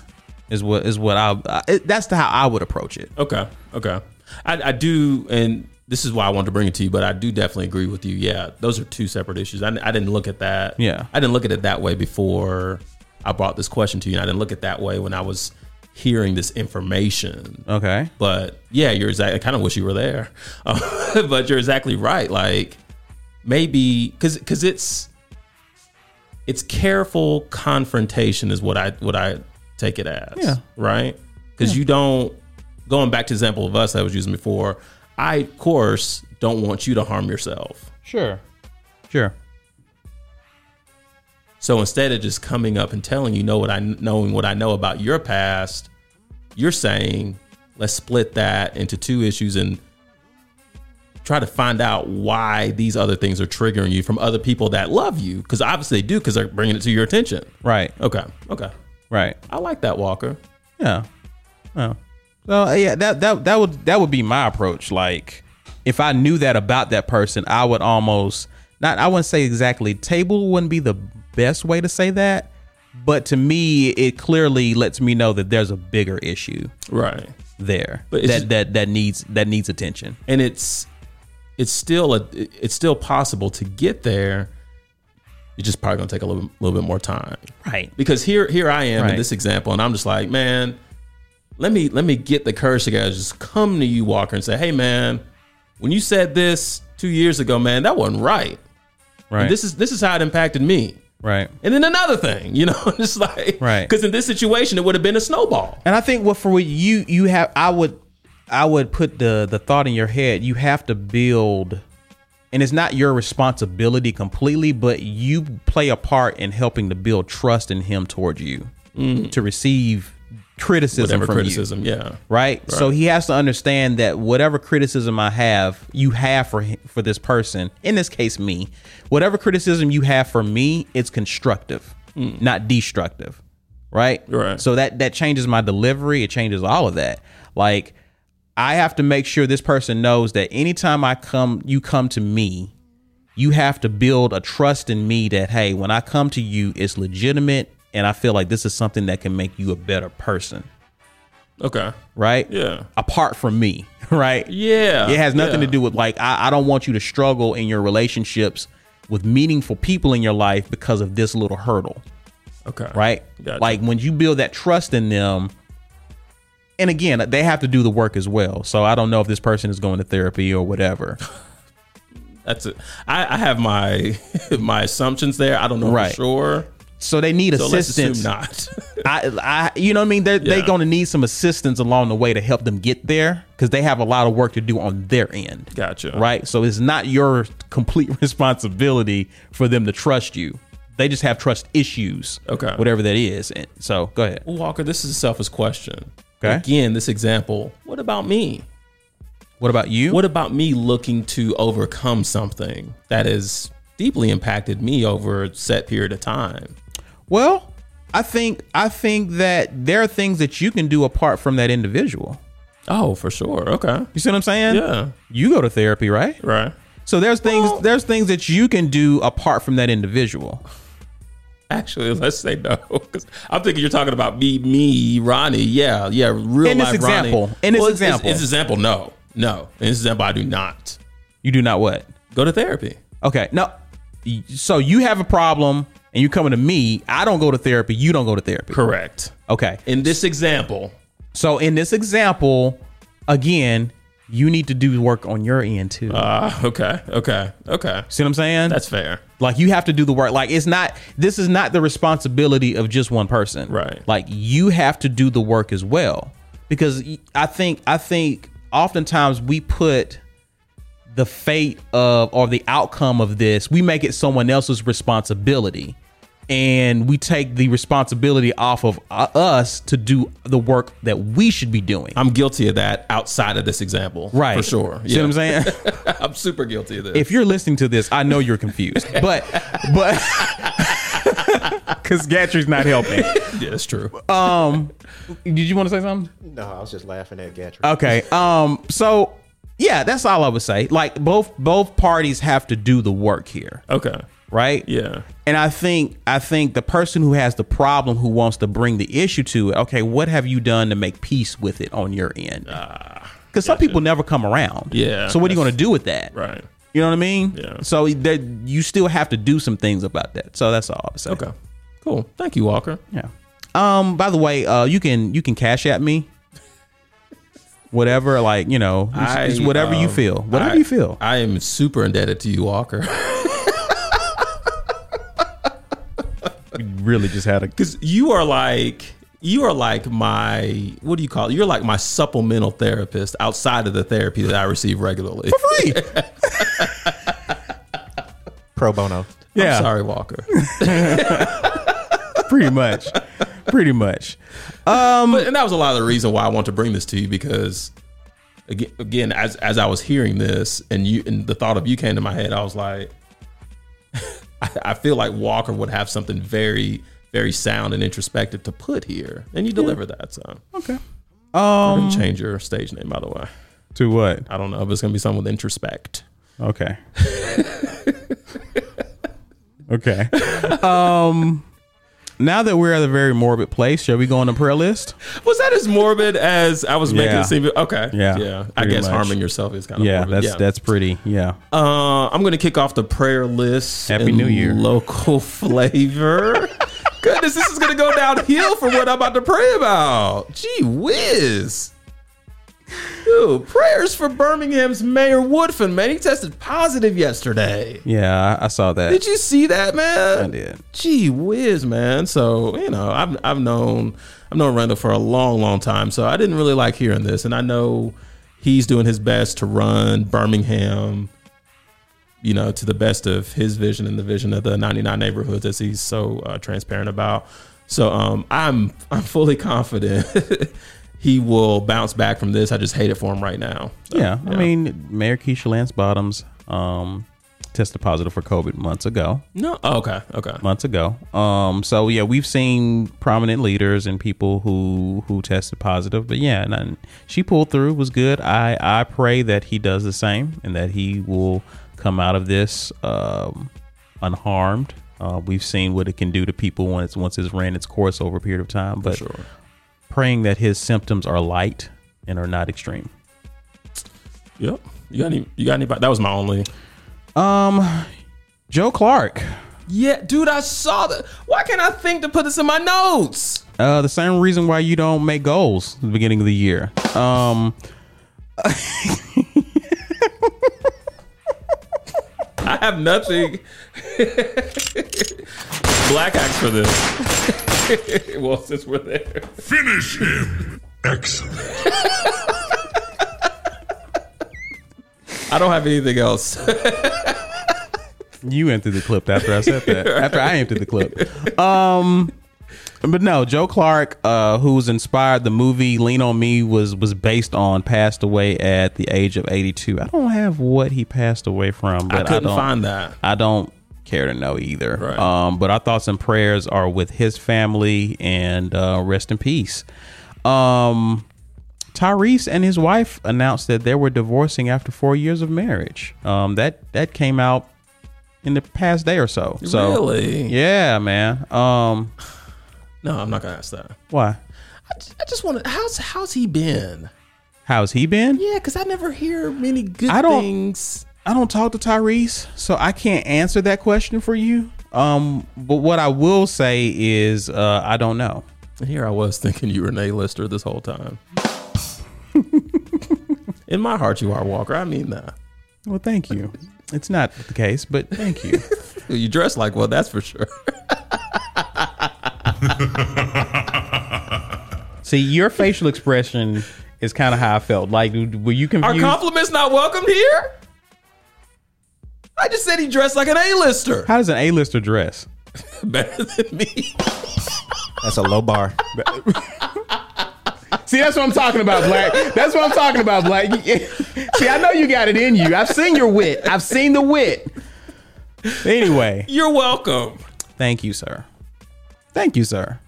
Speaker 1: Is what is what I uh, it, that's the how I would approach it.
Speaker 2: okay, okay. I, I do, and this is why I wanted to bring it to you. But I do definitely agree with you. Yeah, those are two separate issues. I, I didn't look at that.
Speaker 1: Yeah.
Speaker 2: I didn't look at it that way before I brought this question to you. And I didn't look at that way when I was hearing this information.
Speaker 1: Okay.
Speaker 2: But yeah, you're exactly. I kind of wish you were there, Um, but you're exactly right. Like maybe because because it's it's careful confrontation is what I what I take it as.
Speaker 1: Yeah.
Speaker 2: Right. Because you don't going back to the example of us I was using before. I of course don't want you to harm yourself.
Speaker 1: Sure. Sure.
Speaker 2: So instead of just coming up and telling you know what I knowing what I know about your past, you're saying let's split that into two issues and try to find out why these other things are triggering you from other people that love you because obviously they do because they're bringing it to your attention.
Speaker 1: Right.
Speaker 2: Okay, okay,
Speaker 1: Right.
Speaker 2: I like that Walker.
Speaker 1: Yeah. Yeah. So uh, yeah, that that that would that would be my approach. Like if I knew that about that person, I would almost not I wouldn't say exactly table wouldn't be the best way to say that, but to me it clearly lets me know that there's a bigger issue
Speaker 2: Right,
Speaker 1: there
Speaker 2: But
Speaker 1: that
Speaker 2: it's just-
Speaker 1: that that needs that needs attention.
Speaker 2: and it's it's still a it's still possible to get there. It's just probably gonna take a little, little bit more time.
Speaker 1: Right.
Speaker 2: because here here I am
Speaker 1: Right.
Speaker 2: in this example, and I'm just like, man, let me let me get the courage to guys just come to you, Walker, and say, hey, man, when you said this two years ago, man, that wasn't right.
Speaker 1: Right.
Speaker 2: This is this is how it impacted me.
Speaker 1: right.
Speaker 2: And then another thing, you know, just like
Speaker 1: Right.
Speaker 2: because in this situation, it would have been a snowball.
Speaker 1: And I think what for what you you have I would I would put the the thought in your head you have to build and it's not your responsibility completely but you play a part in helping to build trust in him toward you to receive criticism
Speaker 2: Whatever
Speaker 1: from you
Speaker 2: criticism, yeah,
Speaker 1: right? So he has to understand that whatever criticism I have, you have for him, for this person, in this case me, whatever criticism you have for me, it's constructive, not destructive. right?
Speaker 2: Right.
Speaker 1: So that that changes my delivery. It changes all of that. Like I have to make sure this person knows that anytime I come, you come to me, you have to build a trust in me that hey, when I come to you, it's legitimate, and I feel like this is something that can make you a better person,
Speaker 2: Okay.
Speaker 1: right?
Speaker 2: Yeah.
Speaker 1: Apart from me, right?
Speaker 2: Yeah.
Speaker 1: It has nothing
Speaker 2: yeah.
Speaker 1: to do with like I, I don't want you to struggle in your relationships with meaningful people in your life because of this little hurdle,
Speaker 2: Okay.
Speaker 1: right?
Speaker 2: Gotcha.
Speaker 1: Like when you build that trust in them, and again, they have to do the work as well. So I don't know if this person is going to therapy or whatever.
Speaker 2: That's it. I, I have my my assumptions there. I don't know
Speaker 1: Right.
Speaker 2: for sure.
Speaker 1: So they need
Speaker 2: So let's assume
Speaker 1: assistance.
Speaker 2: not.
Speaker 1: I, I, you know what I mean? They're, They're
Speaker 2: Yeah.
Speaker 1: going to need some assistance along the way to help them get there because they have a lot of work to do on their end.
Speaker 2: gotcha.
Speaker 1: right? So it's not your complete responsibility for them to trust you. They just have trust issues.
Speaker 2: Okay.
Speaker 1: Whatever that is. And so go ahead.
Speaker 2: Walker, this is a selfish question.
Speaker 1: Okay.
Speaker 2: Again, this example. What about me?
Speaker 1: What about you?
Speaker 2: What about me looking to overcome something that has deeply impacted me over a set period of time?
Speaker 1: Well, I think I think that there are things that you can do apart from that individual.
Speaker 2: Oh, for sure. Okay.
Speaker 1: You see what I'm saying?
Speaker 2: Yeah.
Speaker 1: You go to therapy, right?
Speaker 2: Right.
Speaker 1: So there's things there's things that you can do apart from that individual.
Speaker 2: Actually, let's say no. 'cause I'm thinking you're talking about me, me, Ronnie. Yeah, yeah. Real
Speaker 1: In this
Speaker 2: life
Speaker 1: example.
Speaker 2: Ronnie.
Speaker 1: In this
Speaker 2: Well, it's- it's-
Speaker 1: example.
Speaker 2: It's, example. No, no. In this example, I do not
Speaker 1: You do not what?
Speaker 2: go to therapy.
Speaker 1: Okay. No. So you have a problem and you're coming to me. I don't go to therapy. You don't go to therapy.
Speaker 2: Correct.
Speaker 1: Okay.
Speaker 2: In this example,
Speaker 1: So in this example, again, you need to do work on your end too.
Speaker 2: uh, okay, okay, okay.
Speaker 1: See what I'm saying?
Speaker 2: That's fair.
Speaker 1: like you have to do the work. Like it's not this is not the responsibility of just one person.
Speaker 2: Right.
Speaker 1: Like you have to do the work as well. Because y- I think I think oftentimes we put the fate of or the outcome of this, we make it someone else's responsibility. And we take the responsibility off of uh, us to do the work that we should be doing.
Speaker 2: I'm guilty of that outside of this example.
Speaker 1: Right.
Speaker 2: For sure.
Speaker 1: See what I'm saying?
Speaker 2: I'm, super guilty of this.
Speaker 1: if you're listening to this, I know you're confused. But but cuz Gatry's not helping.
Speaker 2: yeah, that's true.
Speaker 1: Uh, Did you want to say something?
Speaker 4: No, I was just laughing at Gatry.
Speaker 1: Okay. Um so yeah, that's all I would say. Like both both parties have to do the work here,
Speaker 2: okay.
Speaker 1: right?
Speaker 2: Yeah.
Speaker 1: And I think I think the person who has the problem who wants to bring the issue to it, okay, what have you done to make peace with it on your end? Because some people never come around.
Speaker 2: Yeah,
Speaker 1: So what are you
Speaker 2: that's-
Speaker 1: going to do with that?
Speaker 2: Right.
Speaker 1: You know what I mean?
Speaker 2: Yeah.
Speaker 1: So there, you still have to do some things about that. So that's all I would say.
Speaker 2: Okay. Cool. Thank you, Walker.
Speaker 1: Yeah. Um. By the way, uh, you can you can cash at me. Whatever, like you know, it's,
Speaker 2: I,
Speaker 1: it's whatever you
Speaker 2: um,
Speaker 1: feel, whatever
Speaker 2: I-
Speaker 1: you feel.
Speaker 2: I am super indebted to you, Walker.
Speaker 1: really just had a
Speaker 2: Because you are like you are like my what do you call it? You're like my supplemental therapist outside of the therapy that I receive regularly.
Speaker 1: free.
Speaker 4: Pro bono.
Speaker 1: yeah,
Speaker 2: I'm sorry, Walker.
Speaker 1: pretty much, pretty much.
Speaker 2: but, and that was a lot of the reason why I want to bring this to you because again, again as as I was hearing this and you and the thought of you came to my head, I was like, I, I feel like Walker would have something very very sound and introspective to put here, and you deliver that. So
Speaker 1: Okay.
Speaker 2: I'm
Speaker 1: Um.
Speaker 2: gonna change your stage name, by the way.
Speaker 1: To what?
Speaker 2: I don't know if it's gonna be something with introspect.
Speaker 1: Okay. okay. Um. Now that we're at a very morbid place, shall we go on the prayer list?
Speaker 2: Was that as morbid as I was making
Speaker 1: Yeah.
Speaker 2: it seem? Okay.
Speaker 1: Yeah,
Speaker 2: Yeah. I
Speaker 1: pretty
Speaker 2: guess
Speaker 1: much.
Speaker 2: harming yourself is kind of
Speaker 1: Yeah,
Speaker 2: morbid.
Speaker 1: that's that's pretty. Yeah.
Speaker 2: Uh, I'm gonna kick off the prayer list.
Speaker 1: Happy
Speaker 2: in
Speaker 1: New Year.
Speaker 2: Local flavor. Goodness, this is gonna go downhill from what I'm about to pray about. Gee whiz. Dude, prayers for Birmingham's Mayor Woodfin, man. He tested positive yesterday.
Speaker 1: Yeah, I, I saw that.
Speaker 2: Did you see that, man?
Speaker 1: I did.
Speaker 2: Gee whiz, man. So you know, I've I've known I've known Randall for a long, long time. So I didn't really like hearing this, and I know he's doing his best to run Birmingham, you know, to the best of his vision and the vision of the 99 neighborhoods as he's so uh, transparent about. So um, I'm I'm fully confident he will bounce back from this. I just hate it for him right now. So,
Speaker 1: yeah, I mean, Mayor Keisha Lance Bottoms um, tested positive for COVID months ago.
Speaker 2: No. Oh, okay. Okay.
Speaker 1: Months ago. Um. So yeah, we've seen prominent leaders and people who who tested positive. But yeah, and, and she pulled through. Was good. I I pray that he does the same and that he will come out of this um, unharmed. Uh, we've seen what it can do to people once once it's ran its course over a period of time. But
Speaker 2: Sure.
Speaker 1: praying that his symptoms are light and are not extreme.
Speaker 2: Yep. You got any? You got anybody? That was my only.
Speaker 1: Um, Joe Clark.
Speaker 2: Yeah, dude. I saw that. Why can't I think to put this in my notes?
Speaker 1: Uh, the same reason why you don't make goals at the beginning of the year. Um,
Speaker 2: I have nothing. Black acts for this. well, since we're there,
Speaker 5: Finish him. Excellent.
Speaker 2: I don't have anything else.
Speaker 1: you emptied the clip after I said that. After I emptied the clip. Um, but no, Joe Clark, uh, who was inspired the movie Lean on Me was was based on passed away at the age of eighty two. I don't have what he passed away from. But
Speaker 2: I couldn't
Speaker 1: don't-
Speaker 2: find that.
Speaker 1: I don't care to know either.
Speaker 2: Right.
Speaker 1: Um, but our thoughts and prayers are with his family and uh, rest in peace. Um, Tyrese and his wife announced that they were divorcing after four years of marriage. Um, that that came out in the past day or so. So
Speaker 2: really?
Speaker 1: yeah, man. Um,
Speaker 2: No, I'm not gonna ask that.
Speaker 1: why?
Speaker 2: I, ju- I just want to. How's how's he been?
Speaker 1: How's he been?
Speaker 2: Yeah, because I never hear many good
Speaker 1: I don't-
Speaker 2: things.
Speaker 1: I don't talk to Tyrese, so I can't answer that question for you. Um, but what I will say is, uh, I don't know.
Speaker 2: And here I was thinking you were an A-lister this whole time. In my heart, you are Walker. I mean that.
Speaker 1: Well, thank you. It's not the case, but thank you.
Speaker 2: You dress like one, that's for sure.
Speaker 1: See, your facial expression is kind of how I felt. Like, were you
Speaker 2: Are
Speaker 1: confused?
Speaker 2: compliments not welcomed here? I just said he dressed like an A-lister.
Speaker 1: how does an A-lister dress?
Speaker 2: Better than me.
Speaker 4: That's a low bar.
Speaker 1: See, that's what I'm talking about, Black. That's what I'm talking about, Black. See, I know you got it in you. I've seen your wit. I've seen the wit. Anyway,
Speaker 2: You're welcome.
Speaker 1: thank you, sir. Thank you, sir.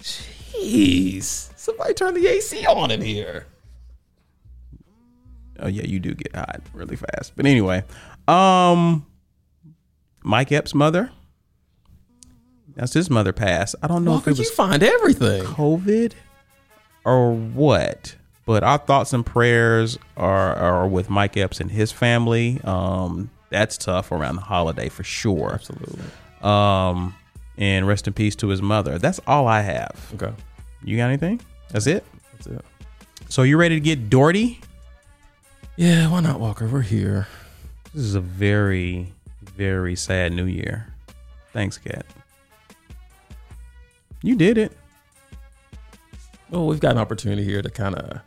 Speaker 2: Jeez. Somebody turn the AC on in here.
Speaker 1: Oh yeah, you do get hot really fast. But anyway, um, Mike Epps' mother. That's his mother passed. I don't know
Speaker 2: Walker,
Speaker 1: if it
Speaker 2: you
Speaker 1: was
Speaker 2: find everything.
Speaker 1: COVID or what. But our thoughts and prayers are, are with Mike Epps and his family. Um, that's tough around the holiday for sure.
Speaker 2: Absolutely.
Speaker 1: Um, and rest in peace to his mother. That's all I have.
Speaker 2: Okay.
Speaker 1: You got anything? That's it.
Speaker 2: That's it.
Speaker 1: So you ready to get Doherty?
Speaker 2: Yeah, why not, Walker? We're here.
Speaker 1: This is a very, very sad new year. Thanks, Kat. You did it.
Speaker 2: Well, we've got an opportunity here to kind of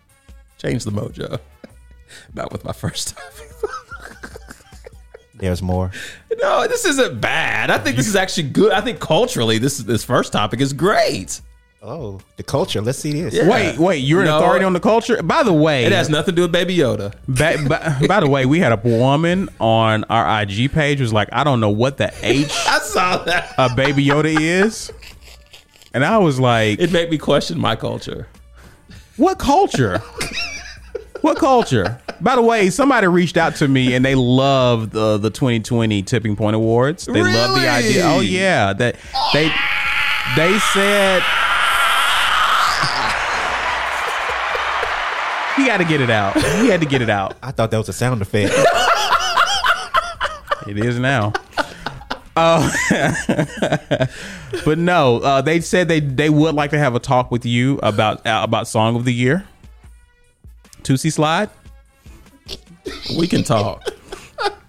Speaker 2: change the mojo. Not with my first topic.
Speaker 4: There's more.
Speaker 2: no, this isn't bad. I think this is actually good. I think culturally, this this first topic is great.
Speaker 4: Oh, the culture. Let's see this.
Speaker 2: Yeah.
Speaker 1: Wait, wait. You're an
Speaker 2: No.
Speaker 1: authority on the culture. By the way,
Speaker 2: It has nothing to do with Baby Yoda.
Speaker 1: By, by, by the way, we had a woman on our IG page who's like, I don't know what the H
Speaker 2: I saw that.
Speaker 1: a Baby Yoda is. And I was like,
Speaker 2: It made me question my culture.
Speaker 1: what culture? what culture? By the way, somebody reached out to me and they loved the the 2020 Tipping Point Awards. They love the idea.
Speaker 2: Really?
Speaker 1: Oh yeah, that they they said He got to get it out. He had to get it out.
Speaker 4: I thought that was a sound effect.
Speaker 1: It is now. Uh, but no, uh, they said they they would like to have a talk with you about uh, about song of the year. Tootsie Slide.
Speaker 2: We can talk.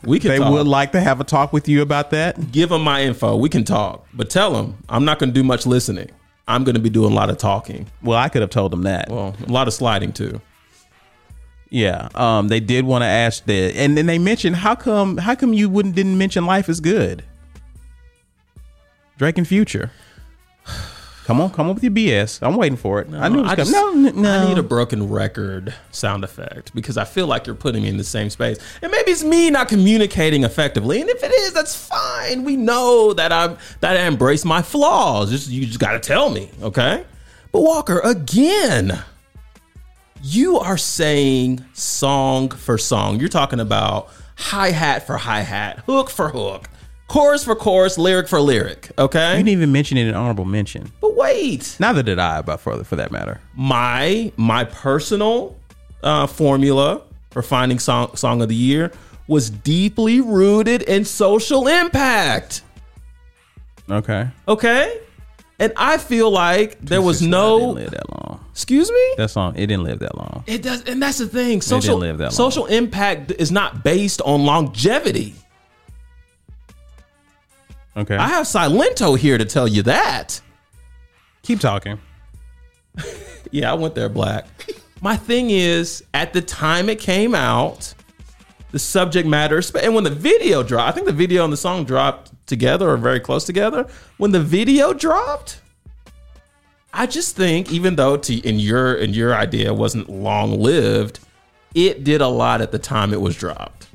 Speaker 2: We can
Speaker 1: They
Speaker 2: talk.
Speaker 1: would like to have a talk with you about that.
Speaker 2: Give them my info. We can talk. But tell them I'm not going to do much listening. I'm going to be doing a lot of talking.
Speaker 1: Well, I could have told them that.
Speaker 2: Well, a lot of sliding too.
Speaker 1: yeah, um, they did want to ask that, and then they mentioned how come how come you wouldn't didn't mention Life is Good, Drake and Future. Come on, come on with your BS. I'm waiting for it. I knew it was
Speaker 2: I
Speaker 1: coming.
Speaker 2: just-
Speaker 1: No, no, no.
Speaker 2: I need a broken record sound effect because I feel like you're putting me in the same space. And maybe it's me not communicating effectively. And if it is, that's fine. We know that I'm that I embrace my flaws. Just you just gotta tell me, okay? But Walker, again, you are saying song for song. You're talking about hi hat for hi hat, hook for hook, chorus for chorus, lyric for lyric.
Speaker 1: you
Speaker 2: Okay,
Speaker 1: didn't even mention it in honorable mention.
Speaker 2: but wait,
Speaker 1: Neither did I, but for, for that matter.
Speaker 2: my my personal uh, formula for finding song song of the year was deeply rooted in social impact.
Speaker 1: Okay.
Speaker 2: Okay, and I feel like there was
Speaker 1: Just- It didn't
Speaker 2: no
Speaker 1: live that long.
Speaker 2: excuse me.
Speaker 1: That song, it didn't live that long.
Speaker 2: It does, and that's the thing. Social
Speaker 1: live that long.
Speaker 2: social impact is not based on longevity.
Speaker 1: Okay.
Speaker 2: I have Silento here to tell you that.
Speaker 1: keep talking.
Speaker 2: Yeah, I went there black. My thing is, at the time it came out, the subject matter, sp- and when the video dropped, I think the video and the song dropped together or very close together. When the video dropped, I just think, even though to, in your in your idea wasn't long lived, it did a lot at the time it was dropped.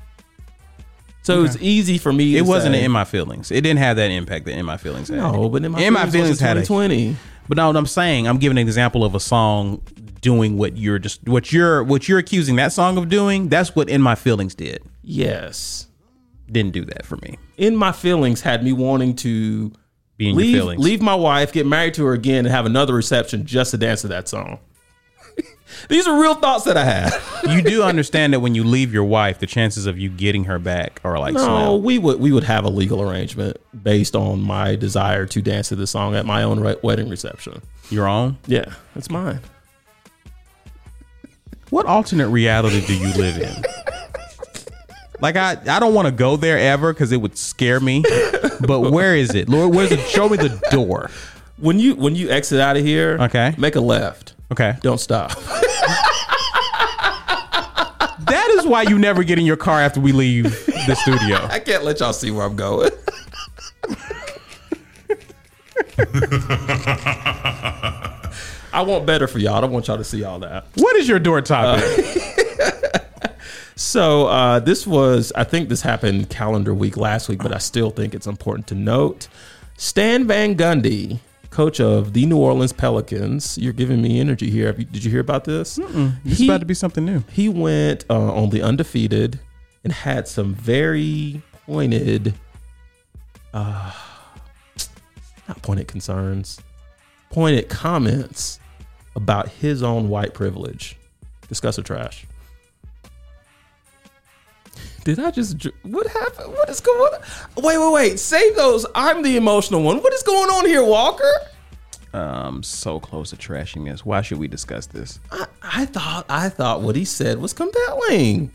Speaker 2: So it was easy for me.
Speaker 1: It
Speaker 2: to
Speaker 1: wasn't
Speaker 2: say,
Speaker 1: in my feelings. It didn't have that impact that in my feelings had.
Speaker 2: no, but in my
Speaker 1: in my
Speaker 2: feelings,
Speaker 1: feelings had a
Speaker 2: twenty.
Speaker 1: But no, what I'm saying, I'm giving an example of a song doing what you're just what you're what you're accusing that song of doing. That's what in my feelings did.
Speaker 2: Yes,
Speaker 1: Didn't do that for me.
Speaker 2: in my feelings had me wanting to
Speaker 1: Be in
Speaker 2: leave,
Speaker 1: your feelings.
Speaker 2: leave my wife, get married to her again, and have another reception just to dance to that song. These are real thoughts that I had.
Speaker 1: You do understand that when you leave your wife, the chances of you getting her back are like
Speaker 2: No,
Speaker 1: slim.
Speaker 2: Oh, we would we would have a legal arrangement based on my desire to dance to this song at my own re- wedding reception.
Speaker 1: Your own.
Speaker 2: Yeah, it's mine.
Speaker 1: What alternate reality do you live in? Like I, I don't want to go there ever because it would scare me. But where is it, Lord? Where's it? Show me the door.
Speaker 2: When you when you exit out of here,
Speaker 1: Okay.
Speaker 2: make a left.
Speaker 1: Okay,
Speaker 2: Don't stop.
Speaker 1: that is why you never get in your car after we leave the studio.
Speaker 2: I can't let y'all see where I'm going. I want better for y'all. I don't want y'all to see all that.
Speaker 1: What is your door topic?
Speaker 2: So uh, this was, I think this happened calendar week last week, but I still think it's important to note. Stan Van Gundy, coach of the New Orleans Pelicans, you're giving me energy here. Have you- Did you hear about this?
Speaker 1: It's
Speaker 2: He-
Speaker 1: about to be something new.
Speaker 2: he went uh, on the undefeated and had some very pointed, uh, not pointed concerns, pointed comments about his own white privilege. Discuss the trash. Did I just? dr- What happened? What is going? on? Wait, wait, wait! Save those. I'm the emotional one. What is going on here, Walker?
Speaker 1: Um, so close to trashing this. Why should we discuss this?
Speaker 2: I, I thought I thought what he said was compelling.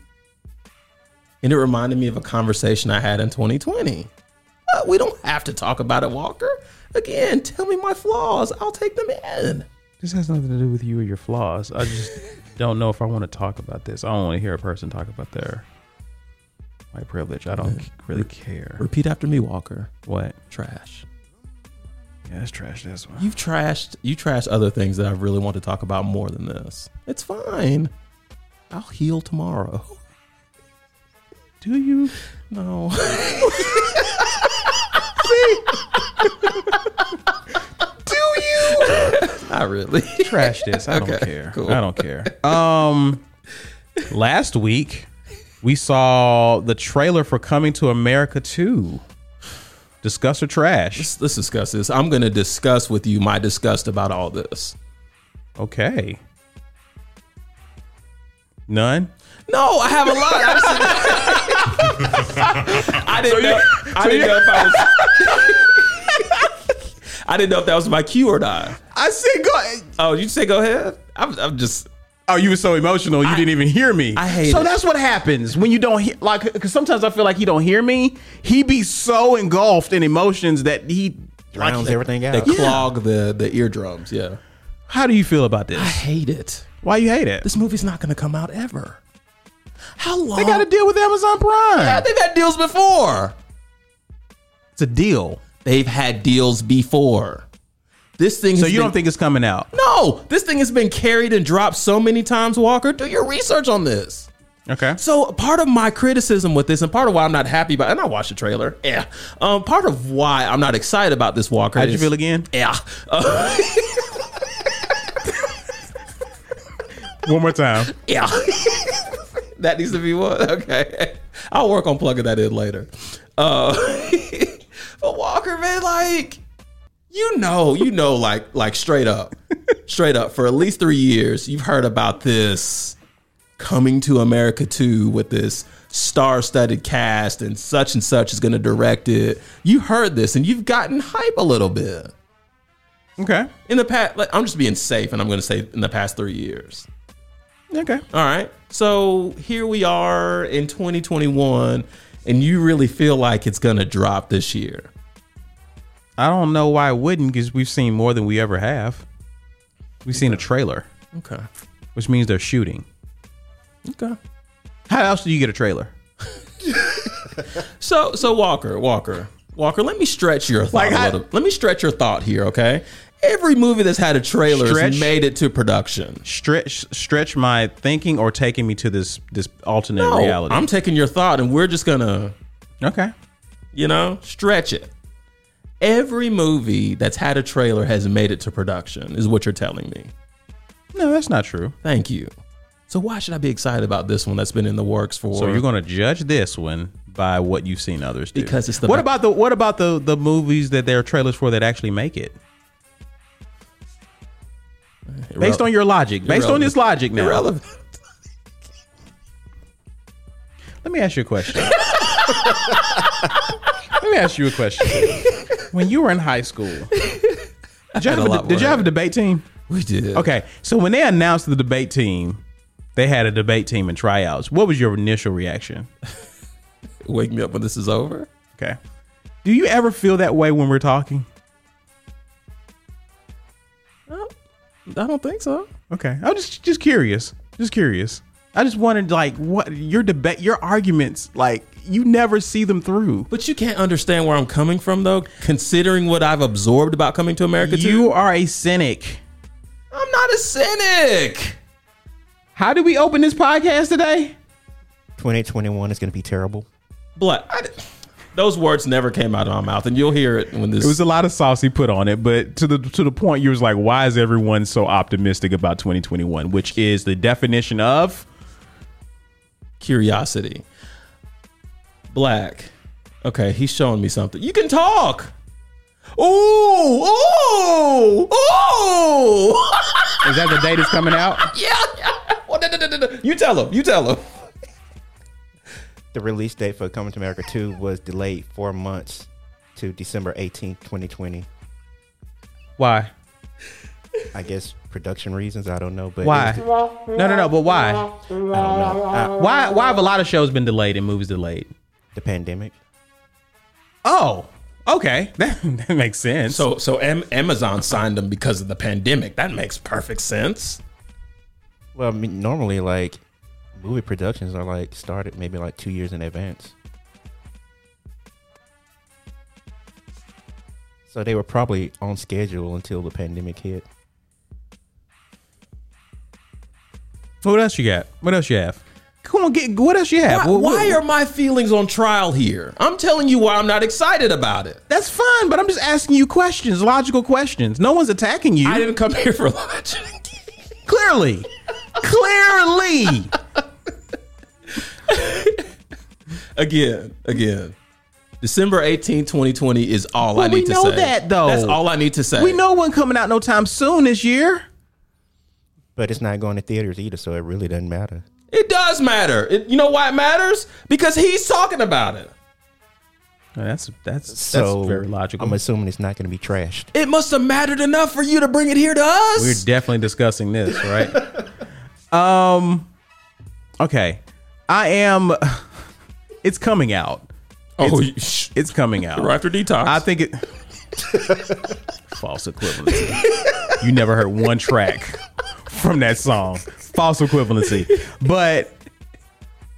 Speaker 2: And it reminded me of a conversation I had in 2020. But we don't have to talk about it, Walker. Again, tell me my flaws. I'll take them in.
Speaker 1: This has nothing to do with you or your flaws. I just don't know if I want to talk about this. I don't want to hear a person talk about their white privilege. I don't really care.
Speaker 2: Repeat after me, Walker.
Speaker 1: What?
Speaker 2: Trash.
Speaker 1: Yeah, let's trash this one.
Speaker 2: You've trashed you trashed other things that I really want to talk about more than this. It's fine. I'll heal tomorrow.
Speaker 1: Do you?
Speaker 2: No. Do you? Not really.
Speaker 1: Trash this. I don't
Speaker 2: Okay,
Speaker 1: care.
Speaker 2: cool.
Speaker 1: I don't care. Um, last week we saw the trailer for Coming to America 2. Discuss or trash?
Speaker 2: Let's discuss this. I'm going to discuss with you my disgust about all this.
Speaker 1: Okay. None.
Speaker 2: No, I have a lot. I'm just- I didn't know. I didn't know if I was. I didn't know if that was my cue or not.
Speaker 1: I said go.
Speaker 2: Oh, you say go ahead. I'm, I'm just.
Speaker 1: Oh, you were so emotional, you didn't even hear me.
Speaker 2: I hate
Speaker 1: So
Speaker 2: it.
Speaker 1: that's what happens when you don't hear. Like, because sometimes I feel like he don't hear me. He be so engulfed in emotions that he. like,
Speaker 4: Rounds everything
Speaker 2: They
Speaker 4: out.
Speaker 2: clog the the eardrums. Yeah.
Speaker 1: how do you feel about
Speaker 2: I
Speaker 1: this?
Speaker 2: hate it.
Speaker 1: Why you hate it?
Speaker 2: This movie's not going to come out ever. How long?
Speaker 1: They got to deal with Amazon Prime.
Speaker 2: They've had deals before.
Speaker 1: It's a deal.
Speaker 2: They've had deals before. This thing.
Speaker 1: So
Speaker 2: has
Speaker 1: you don't
Speaker 2: been-
Speaker 1: think it's coming out?
Speaker 2: No, this thing has been carried and dropped so many times. Walker, do your research on this.
Speaker 1: Okay.
Speaker 2: So part of my criticism with this, and part of why I'm not happy about, and I watched the trailer. Yeah. Um, part of why I'm not excited about this Walker.
Speaker 1: How'd you
Speaker 2: is-
Speaker 1: feel again?
Speaker 2: Yeah. Uh,
Speaker 1: One more time.
Speaker 2: yeah. that needs to be one. Okay. I'll work on plugging that in later. Uh, but Walker, man, like, you know, you know, like, like straight up, straight up, for at least three years, you've heard about this coming to America 2 with this star studded cast and such and such is going to direct it. You heard this and you've gotten hype a little bit.
Speaker 1: Okay.
Speaker 2: In the past, like, I'm just being safe and I'm going to say in the past three years.
Speaker 1: Okay.
Speaker 2: All right. So here we are in 2021, and you really feel like it's going to drop this year.
Speaker 1: I don't know why it wouldn't because we've seen more than we ever have. We've seen a trailer,
Speaker 2: Okay.
Speaker 1: which means they're shooting.
Speaker 2: Okay.
Speaker 1: How else do you get a trailer?
Speaker 2: So, so Walker, Walker, Walker, let me stretch your thought
Speaker 1: Like,
Speaker 2: a
Speaker 1: I-
Speaker 2: little. Let me stretch your thought here, okay? Every movie that's had a trailer
Speaker 1: Stretch?
Speaker 2: has made it to production.
Speaker 1: Stretch stretch my thinking or taking me to this this alternate
Speaker 2: No,
Speaker 1: reality.
Speaker 2: I'm taking your thought, and we're just going to
Speaker 1: okay.
Speaker 2: you know stretch it every movie that's had a trailer has made it to production is what you're telling me
Speaker 1: No, that's not true.
Speaker 2: thank you so why should i be excited about this one that's been in the works for
Speaker 1: So you're going to judge this one by what you've seen others do.
Speaker 2: Because it's the
Speaker 1: What
Speaker 2: be-
Speaker 1: about the what about the the movies that there are trailers for that actually make it? Based on your logic. Based on
Speaker 2: Irrelevant.
Speaker 1: this logic now.
Speaker 2: irrelevant
Speaker 1: Let me ask you a question. Let me ask you a question. When you were in high school, did you, have a,
Speaker 2: a lot
Speaker 1: did you
Speaker 2: more.
Speaker 1: have a debate team?
Speaker 2: we did
Speaker 1: Okay, so when they announced the debate team, they had a debate team in tryouts. What was your initial reaction?
Speaker 2: wake me up when this is over
Speaker 1: Okay. Do you ever feel that way when we're talking?
Speaker 2: i don't think so
Speaker 1: Okay. I'm just just curious. Just curious. I just wondered like what your debate your arguments, like you never see them through.
Speaker 2: but you can't understand where i'm coming from though considering what i've absorbed about coming to america
Speaker 1: You
Speaker 2: too
Speaker 1: are a cynic.
Speaker 2: i'm not a cynic
Speaker 1: How do we open this podcast today?
Speaker 4: 2021 is going to be terrible.
Speaker 2: but I, those words never came out of my mouth and you'll hear it when this
Speaker 1: It was a lot of sauce he put on it, but to the to the point you was like, why is everyone so optimistic about 2021? Which is the definition of
Speaker 2: curiosity. Black. Okay, he's showing me something. You can talk. Ooh, ooh, ooh.
Speaker 1: is that the date is coming out?
Speaker 2: yeah. yeah. Well, no, no, no, no, no. You tell him. You tell him.
Speaker 4: The release date for Coming to America 2 was delayed four months to December 18th, 2020.
Speaker 1: Why?
Speaker 4: I guess production reasons. I don't know, but it
Speaker 1: Why?
Speaker 4: was-
Speaker 1: No, no, no, but why?
Speaker 4: I don't know. Uh,
Speaker 1: Why why have a lot of shows been delayed and movies delayed?
Speaker 4: the pandemic.
Speaker 1: Oh, okay. That, that makes sense.
Speaker 2: So, so Am- Amazon signed him because of the pandemic. That makes perfect sense.
Speaker 4: Well, I mean, normally like movie productions are like started maybe like two years in advance. So they were probably on schedule until the pandemic hit.
Speaker 1: what else you got? What else you have? Come on, get what else you have?
Speaker 2: Why,
Speaker 1: What- what-
Speaker 2: why are my feelings on trial here? I'm telling you why I'm not excited about it.
Speaker 1: that's fine, but I'm just asking you questions, logical questions. No one's attacking you.
Speaker 2: I didn't come here for lunch.
Speaker 1: Clearly. Clearly.
Speaker 2: again, again. December 18, 2020 is all I
Speaker 1: Well, we
Speaker 2: need to say.
Speaker 1: know that, though.
Speaker 2: That's all I need to say.
Speaker 1: We know one coming out no time soon this year.
Speaker 4: But it's not going to theaters either, so it really doesn't matter.
Speaker 2: It does matter. It, you know why it matters? Because he's talking about it.
Speaker 1: That's that's
Speaker 4: So
Speaker 1: that's very logical.
Speaker 4: I'm assuming it's not going to be trashed.
Speaker 2: It must have mattered enough for you to bring it here to us.
Speaker 1: We're definitely discussing this, right? um okay. I am it's coming out.
Speaker 2: oh, you- shh.
Speaker 1: It's coming out.
Speaker 2: Right after detox.
Speaker 1: I think it false equivalency. you never heard one track from that song. False equivalency. But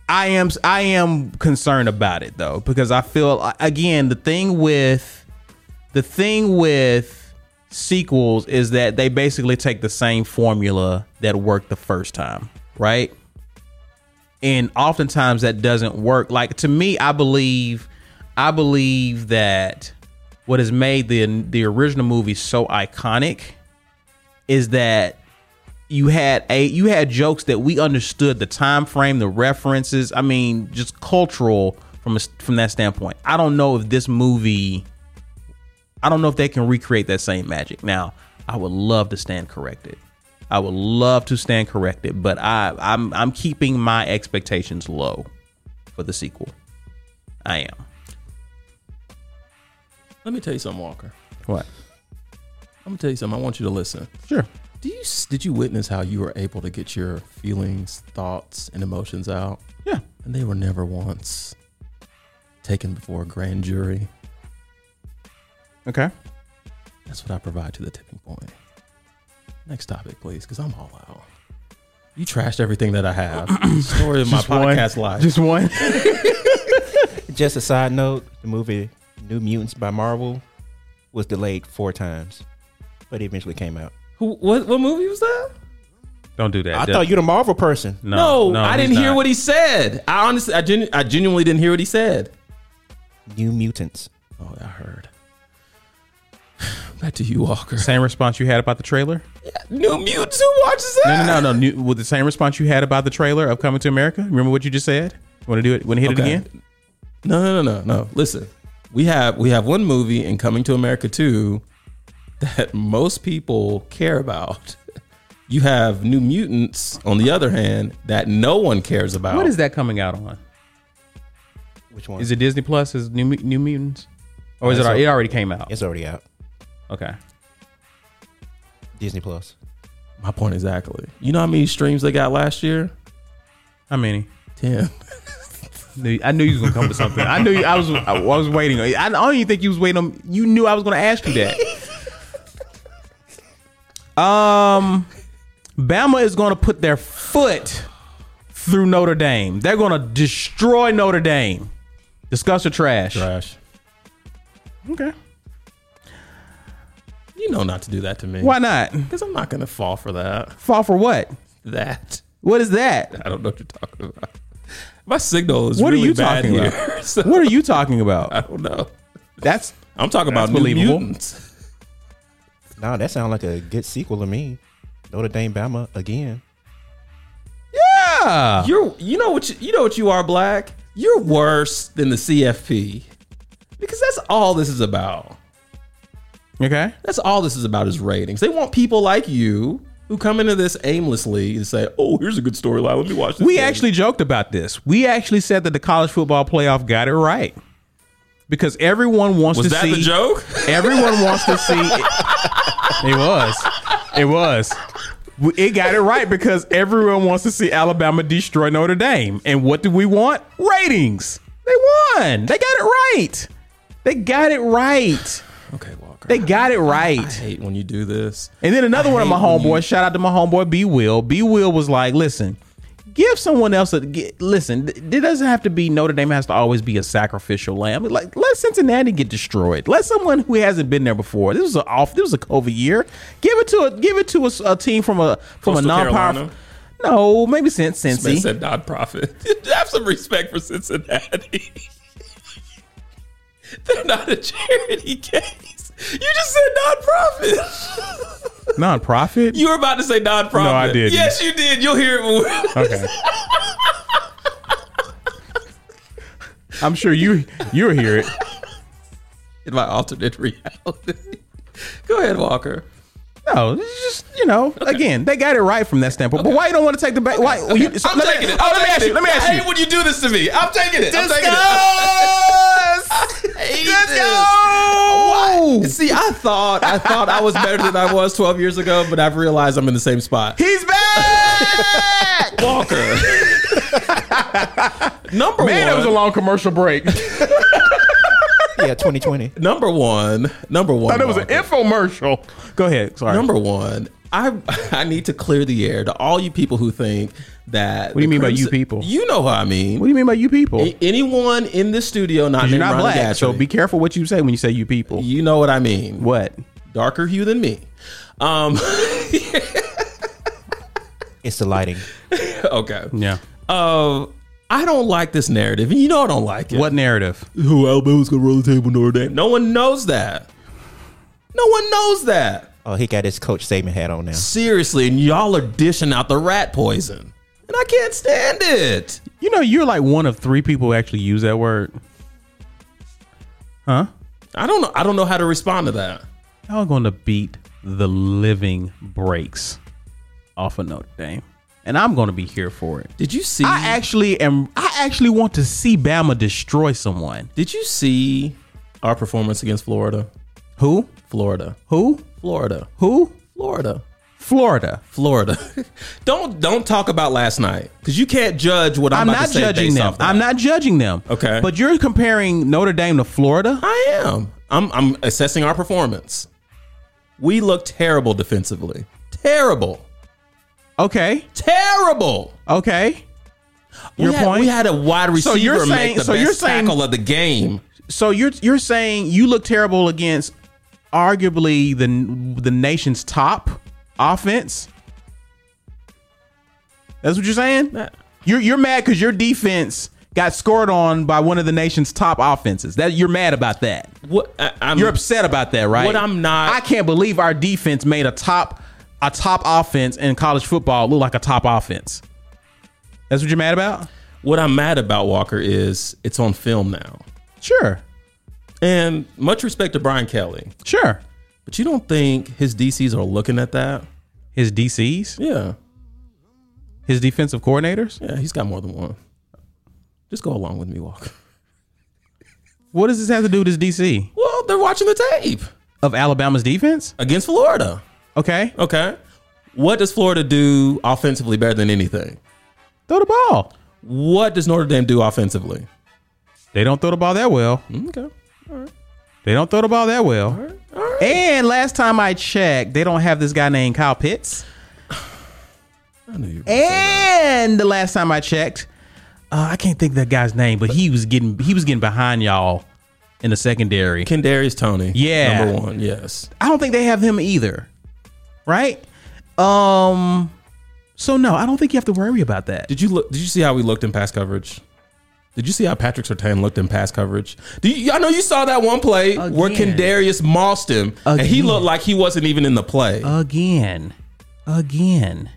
Speaker 1: I am I am concerned about it though because I feel again the thing with the thing with sequels is that they basically take the same formula that worked the first time, right? And oftentimes that doesn't work. Like to me, I believe, I believe that what has made the the original movie so iconic is that you had a you had jokes that we understood the time frame, the references. I mean, just cultural from a, from that standpoint. I don't know if this movie, I don't know if they can recreate that same magic. Now, I would love to stand corrected. I would love to stand corrected, but I I'm I'm keeping my expectations low for the sequel. I am.
Speaker 2: Let me tell you something, Walker.
Speaker 1: What?
Speaker 2: I'm gonna tell you something. I want you to listen.
Speaker 1: Sure.
Speaker 2: Do you did you witness how you were able to get your feelings, thoughts, and emotions out,
Speaker 1: Yeah.
Speaker 2: and they were never once taken before a grand jury?
Speaker 1: Okay.
Speaker 2: That's what I provide to the tipping point. Next topic, please, because I'm all out. You trashed everything that I have. Story of my podcast life.
Speaker 1: Just one.
Speaker 4: Just a side note: the movie New Mutants by Marvel was delayed four times, but it eventually came out.
Speaker 2: Who, what, what movie was that?
Speaker 1: Don't do that.
Speaker 4: I thought you're the Marvel person.
Speaker 2: No, I didn't hear
Speaker 1: what.
Speaker 2: what he said. I honestly, I, genu- I genuinely didn't hear what he said.
Speaker 4: New Mutants.
Speaker 2: Oh, I heard. Back to you, Walker.
Speaker 1: Same response you had about the trailer?
Speaker 2: New Mutants. Who watches that?
Speaker 1: No, no, no, no. New, with the same response you had about the trailer of Coming to America. Remember what you just said? Want to do it? Want to hit
Speaker 2: Okay.
Speaker 1: it again?
Speaker 2: No, no, no, no, no. Listen, we have we have one movie in Coming to America two that most people care about. You have New Mutants, on the other hand, that no one cares about.
Speaker 1: What is that coming out on?
Speaker 4: Which one?
Speaker 1: Is it Disney Plus? Is New Mu- New Mutants? Or is it?
Speaker 4: That's
Speaker 1: al-
Speaker 4: all-
Speaker 1: It already came out.
Speaker 4: It's already out.
Speaker 1: Okay.
Speaker 4: Disney Plus.
Speaker 2: my point exactly? You know how many streams they got last year?
Speaker 1: How many?
Speaker 2: Ten.
Speaker 1: Knew- I knew you was gonna come with something. I knew you, I was. I was waiting. I don't even think you was waiting. on You knew I was gonna ask you that. Um, Bama is gonna put their foot through Notre Dame. They're gonna destroy Notre Dame. Discuss or trash.
Speaker 2: Trash.
Speaker 1: Okay.
Speaker 2: You know not to do that to me.
Speaker 1: Why not?
Speaker 2: Because I'm not gonna fall for that.
Speaker 1: Fall for what?
Speaker 2: That.
Speaker 1: What is that?
Speaker 2: I don't know what you're talking about. My signal is
Speaker 1: What are
Speaker 2: really
Speaker 1: you
Speaker 2: bad
Speaker 1: talking
Speaker 2: here,
Speaker 1: about?
Speaker 2: so
Speaker 1: What are you talking
Speaker 2: I
Speaker 1: about?
Speaker 2: don't know.
Speaker 1: That's
Speaker 2: I'm talking about New
Speaker 1: believable.
Speaker 2: Mutants.
Speaker 4: No, that sounds like a good sequel to me. Notre Dame Bama again.
Speaker 1: yeah.
Speaker 2: You're you know what you, you know what you are black. You're worse than the CFP because that's all this is about.
Speaker 1: Okay.
Speaker 2: That's all this is about is ratings. They want people like you who come into this aimlessly and say, "Oh, here's a good storyline. Let me watch this."
Speaker 1: We
Speaker 2: thing."
Speaker 1: actually joked about this. We actually said that the college football playoff got it right because everyone wants
Speaker 2: was
Speaker 1: to
Speaker 2: that
Speaker 1: see.
Speaker 2: the joke?
Speaker 1: Everyone wants to see. It, was. It was. We- It got it right because everyone wants to see Alabama destroy Notre Dame. And what do we want? Ratings. They won. They got it right. They got it right.
Speaker 2: okay, Walker.
Speaker 1: They got it
Speaker 2: I
Speaker 1: right.
Speaker 2: hate when you do this.
Speaker 1: And then another
Speaker 2: I
Speaker 1: one of my
Speaker 2: hate when
Speaker 1: homeboys. Shout out to my homeboy B Will. B Will was like, "Listen, give someone else a gi- listen. th- It doesn't have to be Notre Dame has to always be a sacrificial lamb. Like let Cincinnati get destroyed. Let someone who hasn't been there before. This was an off. This was a COVID year. Give it to a give it to a, s- a team from a from a
Speaker 2: Coastal
Speaker 1: non-powerful.
Speaker 2: Carolina?
Speaker 1: No, maybe since
Speaker 2: Man
Speaker 1: Cincy.
Speaker 2: said nonprofit. Have some respect for Cincinnati. They're not a charity case. You just said nonprofit.
Speaker 1: Nonprofit.
Speaker 2: You were about to say nonprofit.
Speaker 1: No, I didn't.
Speaker 2: Yes, you did. You'll hear it. When
Speaker 1: okay. I'm sure you you will hear it.
Speaker 2: in my alternate reality. Go ahead, Walker.
Speaker 1: No, it's just you know, again, they got it right from that standpoint. But why you don't want to take the back? Why you? so
Speaker 2: I'm
Speaker 1: let me-
Speaker 2: taking it.
Speaker 1: oh,
Speaker 2: I'm
Speaker 1: let me
Speaker 2: taking
Speaker 1: ask you.
Speaker 2: it.
Speaker 1: Let me
Speaker 2: I
Speaker 1: ask
Speaker 2: hate
Speaker 1: you.
Speaker 2: when you do this to me. I'm taking it. I'm taking it. I hate
Speaker 1: Let's
Speaker 2: this.
Speaker 1: go.
Speaker 2: See, I thought I thought I was better than I was 12 years ago, but I've realized I'm in the same spot.
Speaker 1: He's back.
Speaker 2: Walker. number
Speaker 1: Man, that
Speaker 2: one.
Speaker 1: was a long commercial break. I
Speaker 4: Yeah, 2020.
Speaker 2: number one. Number one.
Speaker 1: thought it was an
Speaker 2: Walker.
Speaker 1: infomercial. Go ahead. Sorry.
Speaker 2: Number one, I I need to clear the air to all you people who think that.
Speaker 1: do
Speaker 2: What
Speaker 1: you mean by you people?
Speaker 2: You know who I mean.
Speaker 1: what do you mean by you people?
Speaker 2: A- Anyone in this studio not
Speaker 1: You're
Speaker 2: named
Speaker 1: not
Speaker 2: Ron
Speaker 1: black, so
Speaker 2: Gatry,
Speaker 1: be careful what you say when you say you people.
Speaker 2: You know what I mean.
Speaker 1: What?
Speaker 2: darker hue than me. Um,
Speaker 4: It's the lighting.
Speaker 2: okay.
Speaker 1: Yeah.
Speaker 2: Uh, I don't like this narrative, and you know I don't like it.
Speaker 1: Uh, What narrative?
Speaker 2: Who Alabama's gonna roll the table Notre Dame? No one knows that. No one knows that.
Speaker 4: Oh, he got his coach statement hat on now.
Speaker 2: Seriously, and y'all are dishing out the rat poison, and I can't stand it.
Speaker 1: You know, you're like one of three people who actually use that word. Huh?
Speaker 2: I don't know. I don't know how to respond to that.
Speaker 1: Y'all going to beat the living breaks off of Notre Dame, and I'm going to be here for it.
Speaker 2: Did you see?
Speaker 1: I actually am. I actually want to see Bama destroy someone.
Speaker 2: did you see our performance against Florida?
Speaker 1: Who?
Speaker 2: Florida.
Speaker 1: Who?
Speaker 2: Florida.
Speaker 1: Who?
Speaker 2: Florida.
Speaker 1: Florida.
Speaker 2: Florida. don't don't talk about last night because you can't judge what I'm,
Speaker 1: I'm,
Speaker 2: about
Speaker 1: not
Speaker 2: to say
Speaker 1: judging
Speaker 2: based
Speaker 1: them.
Speaker 2: off that.
Speaker 1: I'm not judging them.
Speaker 2: Okay.
Speaker 1: But you're comparing Notre Dame to Florida.
Speaker 2: I am. I'm I'm assessing our performance. We look terrible defensively. Terrible.
Speaker 1: Okay.
Speaker 2: Terrible.
Speaker 1: Okay. Your
Speaker 2: we had,
Speaker 1: point?
Speaker 2: We had a wide receiver
Speaker 1: So you're saying-
Speaker 2: make the
Speaker 1: so
Speaker 2: best
Speaker 1: you're saying-
Speaker 2: tackle of the game.
Speaker 1: So you're you're saying you look terrible against arguably the the nation's top offense. That's what you're saying. You're you're mad because your defense got scored on by one of the nation's top offenses. That you're mad about that.
Speaker 2: What I, I'm
Speaker 1: You're upset about that, right?
Speaker 2: What I'm not-
Speaker 1: I can't believe our defense made a top a top offense in college football look like a top offense. That's what you're mad about?
Speaker 2: what I'm mad about Walker is it's on film now.
Speaker 1: Sure.
Speaker 2: And much respect to Brian Kelly,
Speaker 1: Sure.
Speaker 2: but you don't think his DCs are looking at that?
Speaker 1: His DCs,
Speaker 2: Yeah.
Speaker 1: his defensive coordinators.
Speaker 2: Yeah, he's got more than one. Just go along with me, Walker.
Speaker 1: What does this have to do with his DC
Speaker 2: Well, they're watching the tape
Speaker 1: of Alabama's defense?
Speaker 2: against Florida.
Speaker 1: Okay,
Speaker 2: Okay. What does Florida do offensively better than anything?
Speaker 1: throw the ball.
Speaker 2: What does Notre Dame do offensively? Mm,
Speaker 1: They don't throw the ball that well.
Speaker 2: Okay.
Speaker 1: They don't throw the ball that well. And last time I checked, they don't have this guy named Kyle Pitts.
Speaker 2: I knew you were gonna say that.
Speaker 1: And the last time I checked, uh, I can't think of that guy's name, but he was getting he was getting behind y'all in the secondary.
Speaker 2: Kendarius Tony.
Speaker 1: Yeah.
Speaker 2: Number one. Yes.
Speaker 1: I don't think they have him either, right? Um, so no, I don't think you have to worry about that.
Speaker 2: Did you look did you see how we looked in pass coverage? Did you see how Patrick Sertan looked in pass coverage? Do you, I know you saw that one play where
Speaker 1: Again.
Speaker 2: Kendarius mossed him, and he
Speaker 1: Again. Uh,
Speaker 2: looked like he wasn't even in the play.
Speaker 1: again, again.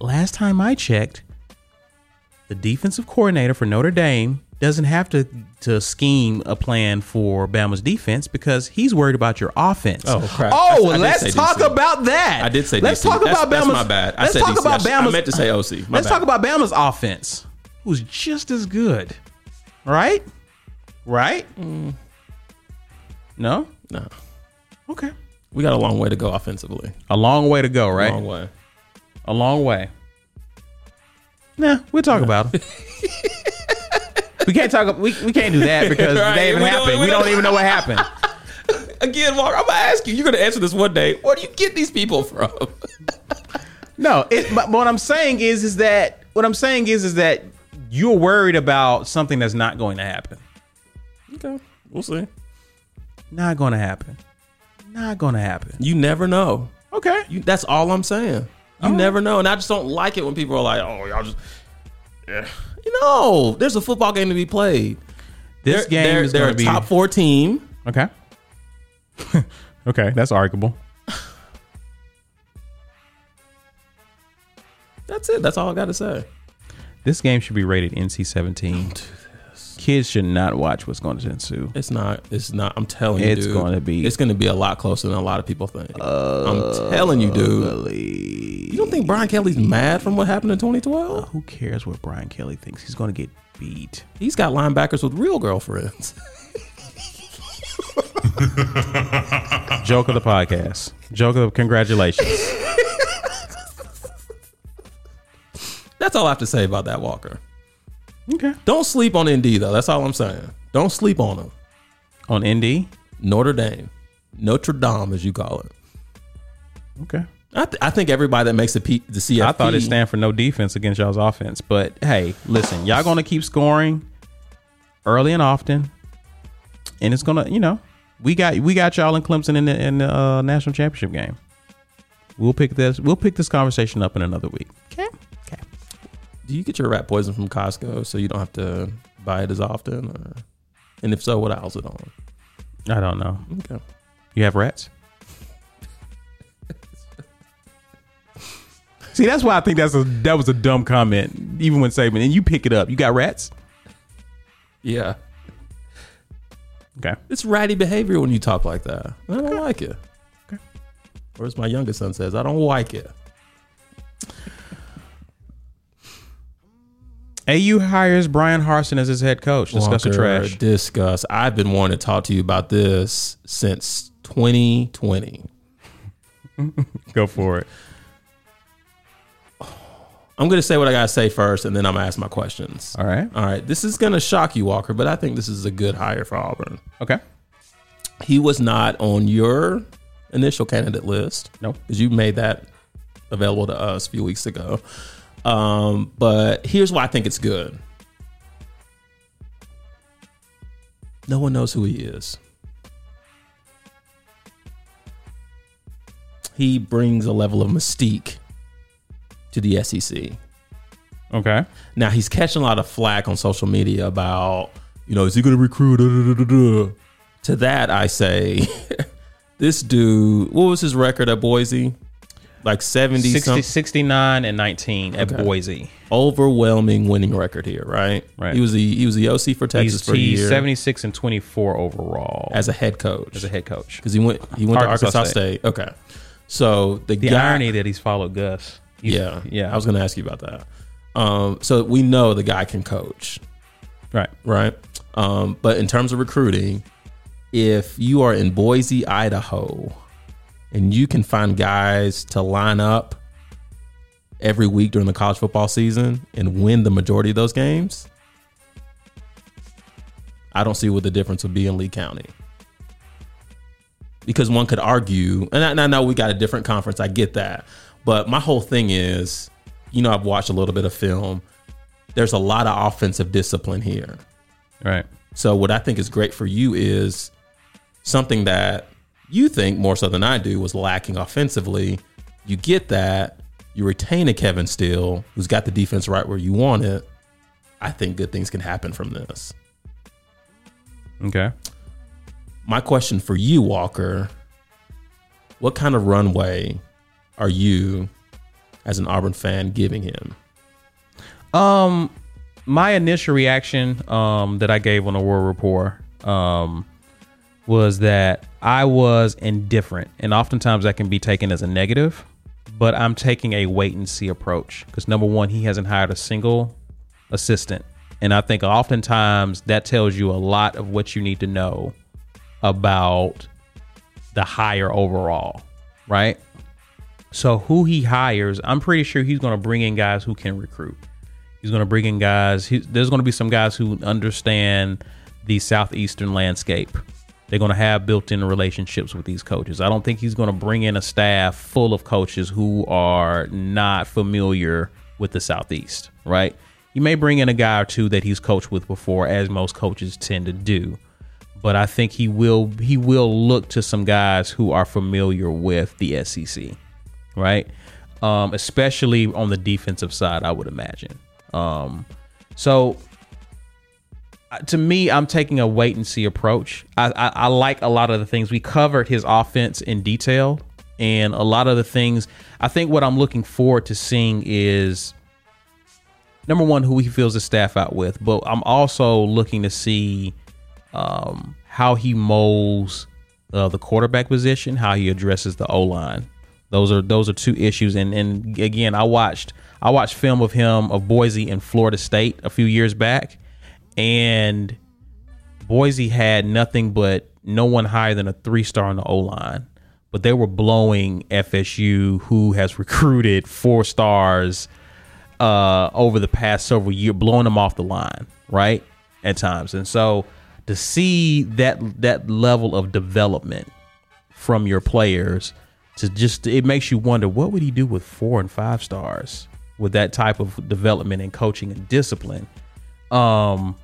Speaker 1: Last time I checked, the defensive coordinator for Notre Dame doesn't have to to scheme a plan for Bama's defense because he's worried about your offense.
Speaker 2: Oh, crap.
Speaker 1: Oh,
Speaker 2: I- I did
Speaker 1: let's
Speaker 2: say
Speaker 1: talk
Speaker 2: DC.
Speaker 1: about that.
Speaker 2: I did say
Speaker 1: Let's
Speaker 2: DC.
Speaker 1: talk
Speaker 2: That's-
Speaker 1: about
Speaker 2: that's
Speaker 1: Bama's.
Speaker 2: my bad. I
Speaker 1: let's
Speaker 2: said
Speaker 1: talk
Speaker 2: DC. I
Speaker 1: about
Speaker 2: sh- I
Speaker 1: Bama's.
Speaker 2: meant to say OC. My
Speaker 1: let's
Speaker 2: bad.
Speaker 1: talk about Bama's offense, who's just as good, right? Right?
Speaker 2: Mm.
Speaker 1: No.
Speaker 2: no.
Speaker 1: Okay.
Speaker 2: We got a long way to go offensively.
Speaker 1: A long way to go, right?
Speaker 2: Long way.
Speaker 1: a long way. Nah, we'll talk about them. we can't talk. We, we can't do that because
Speaker 2: Right,
Speaker 1: they haven't
Speaker 2: we don't-
Speaker 1: happened.
Speaker 2: we
Speaker 1: we don't
Speaker 2: don't-
Speaker 1: even know what happened.
Speaker 2: Again, Mark, I'm gonna ask you. You're gonna answer this one day. Where do you get these people from?
Speaker 1: No, it, but what I'm saying is, is that what I'm saying is, is that you're worried about something that's not going to happen.
Speaker 2: okay, we'll see.
Speaker 1: Not going to happen. Not going to happen.
Speaker 2: You never know.
Speaker 1: Okay.
Speaker 2: You, that's all I'm saying. You never know, and I just don't like it when people are like, "Oh, y'all just." Yeah. You know, there's a football game to be played.
Speaker 1: This
Speaker 2: they're,
Speaker 1: game
Speaker 2: they're,
Speaker 1: is
Speaker 2: they're
Speaker 1: going to be
Speaker 2: a top four team.
Speaker 1: Okay. okay, that's arguable.
Speaker 2: That's it. That's all I got to say.
Speaker 1: This game should be rated NC-17. Kids should not watch what's going to ensue.
Speaker 2: It's not. It's not. I'm telling you,
Speaker 1: It's
Speaker 2: dude,
Speaker 1: gonna be- Uh,
Speaker 2: It's going to be a lot closer than a lot of people think. I'm telling you, dude. You don't think Brian Kelly's mad from what happened in 2012?
Speaker 1: Who cares what Brian Kelly thinks? He's going to get beat.
Speaker 2: He's got linebackers with real girlfriends.
Speaker 1: Joke of the podcast. Joke of the congratulations.
Speaker 2: That's all I have to say about that Walker.
Speaker 1: okay.
Speaker 2: Don't sleep on ND though. That's all I'm saying. Don't sleep on him.
Speaker 1: On ND.
Speaker 2: Notre Dame, Notre Dame, as you call it.
Speaker 1: Okay.
Speaker 2: I, th- I think everybody that makes the P- the CFP.
Speaker 1: I thought it stand for no defense against y'all's offense, but hey, listen, y'all going to keep scoring early and often, and it's going to, you know, we got we got y'all in Clemson in the, in the uh, national championship game. We'll pick this. We'll pick this conversation up in another week. Okay. Okay.
Speaker 2: Do you get your rat poison from Costco so you don't have to buy it as often? Or, and if so, what aisles it on?
Speaker 1: I don't know.
Speaker 2: Okay.
Speaker 1: You have rats? See, that's why I think that's a that was a dumb comment. Even when Saban and you pick it up, you got rats.
Speaker 2: Yeah.
Speaker 1: Okay.
Speaker 2: It's ratty behavior when you talk like that. I don't like it. Or as my youngest son says, I don't like it.
Speaker 1: AU hires Brian Harson as his head coach. Discuss the
Speaker 2: Walker, uh,
Speaker 1: trash.
Speaker 2: Discuss. I've been wanting to talk to you about this since 2020.
Speaker 1: Go for it.
Speaker 2: I'm going to say what I got to say first, and then I'm going to ask my questions.
Speaker 1: All right.
Speaker 2: All right. This is going to shock you, Walker, but I think this is a good hire for Auburn.
Speaker 1: Okay.
Speaker 2: He was not on your initial candidate list.
Speaker 1: Nope.
Speaker 2: Because you made that available to us a few weeks ago. Um, but here's why I think it's good no one knows who he is. He brings a level of mystique to the E SEC.
Speaker 1: Okay.
Speaker 2: Now he's catching a lot of flack on social media about, you know, is he going to recruit? Da, da, da, da, da. To that, I say, this dude, what was his record at Boise? Like 70
Speaker 1: 60,
Speaker 2: something.
Speaker 1: 69 and 19 at Boise.
Speaker 2: Overwhelming winning record here, right?
Speaker 1: Right.
Speaker 2: He was the, he was the OC for Texas
Speaker 1: He's,
Speaker 2: for a
Speaker 1: he's
Speaker 2: year
Speaker 1: 76 and 24 overall
Speaker 2: as a head coach.
Speaker 1: as a head coach.
Speaker 2: Because he went, he went to
Speaker 1: Arkansas
Speaker 2: Arkansas State. Okay. So the,
Speaker 1: The
Speaker 2: guy,
Speaker 1: irony that he's followed Gus. He's-
Speaker 2: Yeah.
Speaker 1: Yeah.
Speaker 2: I was going to ask you about that. Um, so we know the guy can coach.
Speaker 1: right.
Speaker 2: right? Um, but in terms of recruiting, if you are in Boise, Idaho, and you can find guys to line up every week during the college football season and win the majority of those games, I don't see what the difference would be in Lee County. Because one could argue, and I, and I know we got a different conference, I get that. But my whole thing is, you know, I've watched a little bit of film. There's a lot of offensive discipline here.
Speaker 1: Right.
Speaker 2: So what I think is great for you is something that you think more so than I do was lacking offensively. You get that. You retain a Kevin Steele who's got the defense right where you want it. I think good things can happen from this.
Speaker 1: Okay.
Speaker 2: My question for you, Walker, what kind of runway are you as an Auburn fan giving him?
Speaker 1: Um, my initial reaction um that I gave on the War Report um was that I was indifferent, and oftentimes that can be taken as a negative. But I'm taking a wait and see approach because number one, he hasn't hired a single assistant, and I think oftentimes that tells you a lot of what you need to know about the hire overall, right? So who he hires, I'm pretty sure he's going to bring in guys who can recruit. He's going to bring in guys. He, there's going to be some guys who understand the southeastern landscape. They're going to have built-in relationships with these coaches. I don't think he's going to bring in a staff full of coaches who are not familiar with the southeast, right? He may bring in a guy or two that he's coached with before, as most coaches tend to do but I think he will he will look to some guys who are familiar with the SEC, right? Um, especially on the defensive side, I would imagine. Um, so uh, to me, I'm taking a wait and see approach. I, I, I like a lot of the things we covered his offense in detail, and a lot of the things I think what I'm looking forward to seeing is number one who he fills his staff out with, but I'm also looking to see um, how he molds uh, the quarterback position, how he addresses the O line. Those are those are two issues. And and again, I watched I watched film of him of Boise and Florida State a few years back, and Boise had nothing but no one higher than a three star on the O line. But they were blowing FSU, who has recruited four stars uh, over the past several years, blowing them off the line, right? At times, and so to see that that level of development from your players, to just it makes you wonder what would he do with four and five stars with that type of development and coaching and discipline. Um,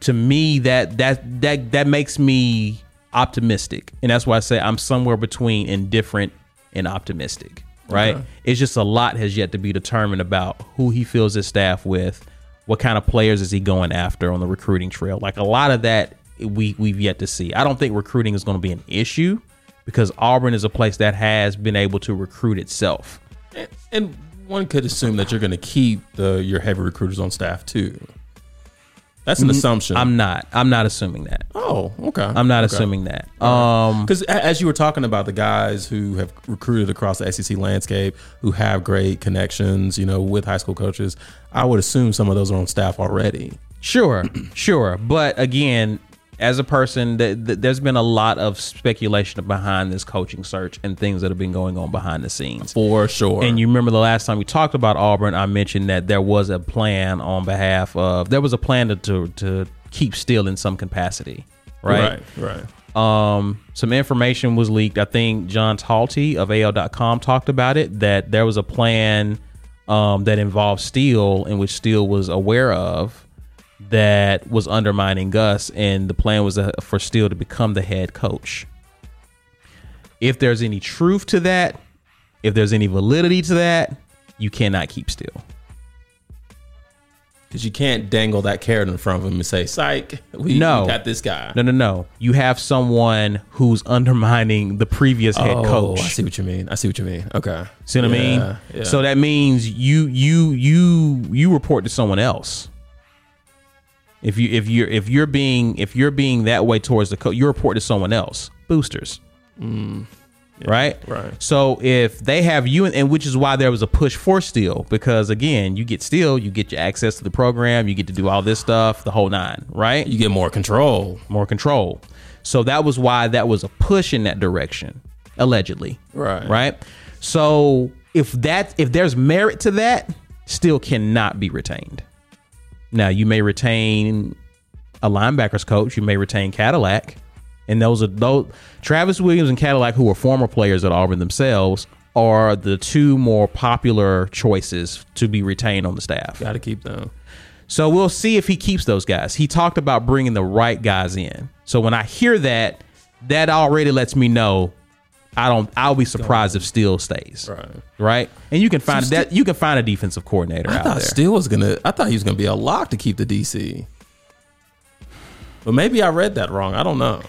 Speaker 1: to me, that that that that makes me optimistic, and that's why I say I'm somewhere between indifferent and optimistic. Right? It's just a lot has yet to be determined about who he fills his staff with, what kind of players is he going after on the recruiting trail. Like a lot of that we we've yet to see. I don't think recruiting is going to be an issue because Auburn is a place that has been able to recruit itself.
Speaker 2: And, and one could assume that you're going to keep the your heavy recruiters on staff too. That's an assumption.
Speaker 1: I'm not. I'm not assuming that.
Speaker 2: oh, okay.
Speaker 1: I'm not assuming that. Um,
Speaker 2: because as you were talking about the guys who have recruited across the SEC landscape, who have great connections, you know, with high school coaches, I would assume some of those are on staff already.
Speaker 1: Sure, sure. But again, as a person, th- th- there's been a lot of speculation behind this coaching search and things that have been going on behind the scenes.
Speaker 2: For sure.
Speaker 1: And you remember the last time we talked about Auburn, I mentioned that there was a plan on behalf of there was a plan to to, to keep still in some capacity, right?
Speaker 2: right, right.
Speaker 1: Um, some information was leaked. I think John Talty of AL.com talked about it that there was a plan um, that involved Steele and which Steele was aware of that was undermining Gus, and the plan was uh, for Steele to become the head coach. If there's any truth to that, if there's any validity to that, you cannot keep Steele.
Speaker 2: Because you can't dangle that carrot in front of him and say, "Psych, we,
Speaker 1: No.
Speaker 2: we got this guy."
Speaker 1: No, no, no. You have someone who's undermining the previous head
Speaker 2: Oh,
Speaker 1: coach.
Speaker 2: I see what you mean. I see what you mean. Okay.
Speaker 1: See what I
Speaker 2: Yeah,
Speaker 1: mean?
Speaker 2: yeah.
Speaker 1: So that means you you you you report to someone else. If you if you're if you're being if you're being that way towards the coach, you report to someone else. Boosters. right?
Speaker 2: Mm, right.
Speaker 1: So if they have you and, and which is why there was a push for Steele, because again, you get Steele, you get your access to the program, you get to do all this stuff, the whole nine, right?
Speaker 2: you get more control.
Speaker 1: More control. So that was why that was a push in that direction, allegedly.
Speaker 2: Right.
Speaker 1: Right. So if that if there's merit to that, still cannot be retained. Now you may retain a linebackers coach, you may retain Cadillac, and those are those Travis Williams and Cadillac, who were former players at Auburn themselves, are the two more popular choices to be retained on the staff.
Speaker 2: Got to keep them.
Speaker 1: So we'll see if he keeps those guys. He talked about bringing the right guys in. So when I hear that, that already lets me know I don't. I'll be surprised if Steele stays.
Speaker 2: Right.
Speaker 1: Right. And you can find
Speaker 2: Ste-
Speaker 1: that. You can find a defensive coordinator
Speaker 2: I
Speaker 1: out
Speaker 2: thought
Speaker 1: there.
Speaker 2: Steele was gonna. I thought he was gonna be a lock to keep the DC. But maybe I read that wrong. I don't know.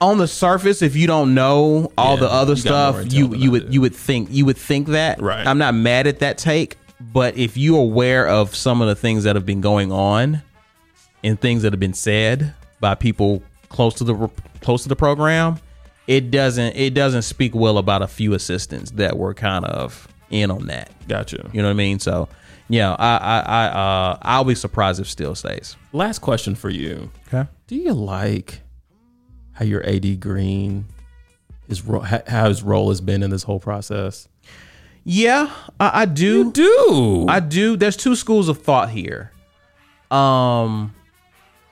Speaker 1: On the surface, if you don't know all
Speaker 2: Yeah,
Speaker 1: the other
Speaker 2: you got more
Speaker 1: stuff, you
Speaker 2: intel than I
Speaker 1: you would
Speaker 2: do.
Speaker 1: you would think you would think that.
Speaker 2: Right.
Speaker 1: I'm not mad at that take, but if you're aware of some of the things that have been going on, and things that have been said by people close to the close to the program, it doesn't it doesn't speak well about a few assistants that were kind of in on that.
Speaker 2: Gotcha.
Speaker 1: You know what I mean? So, yeah, I I, I uh, I'll be surprised if Steele stays.
Speaker 2: Last question for you.
Speaker 1: Okay.
Speaker 2: Do you like how your AD Green, his ro- ha- how his role has been in this whole process?
Speaker 1: Yeah, I, I do.
Speaker 2: Do
Speaker 1: I do. There's two schools of thought here. Um,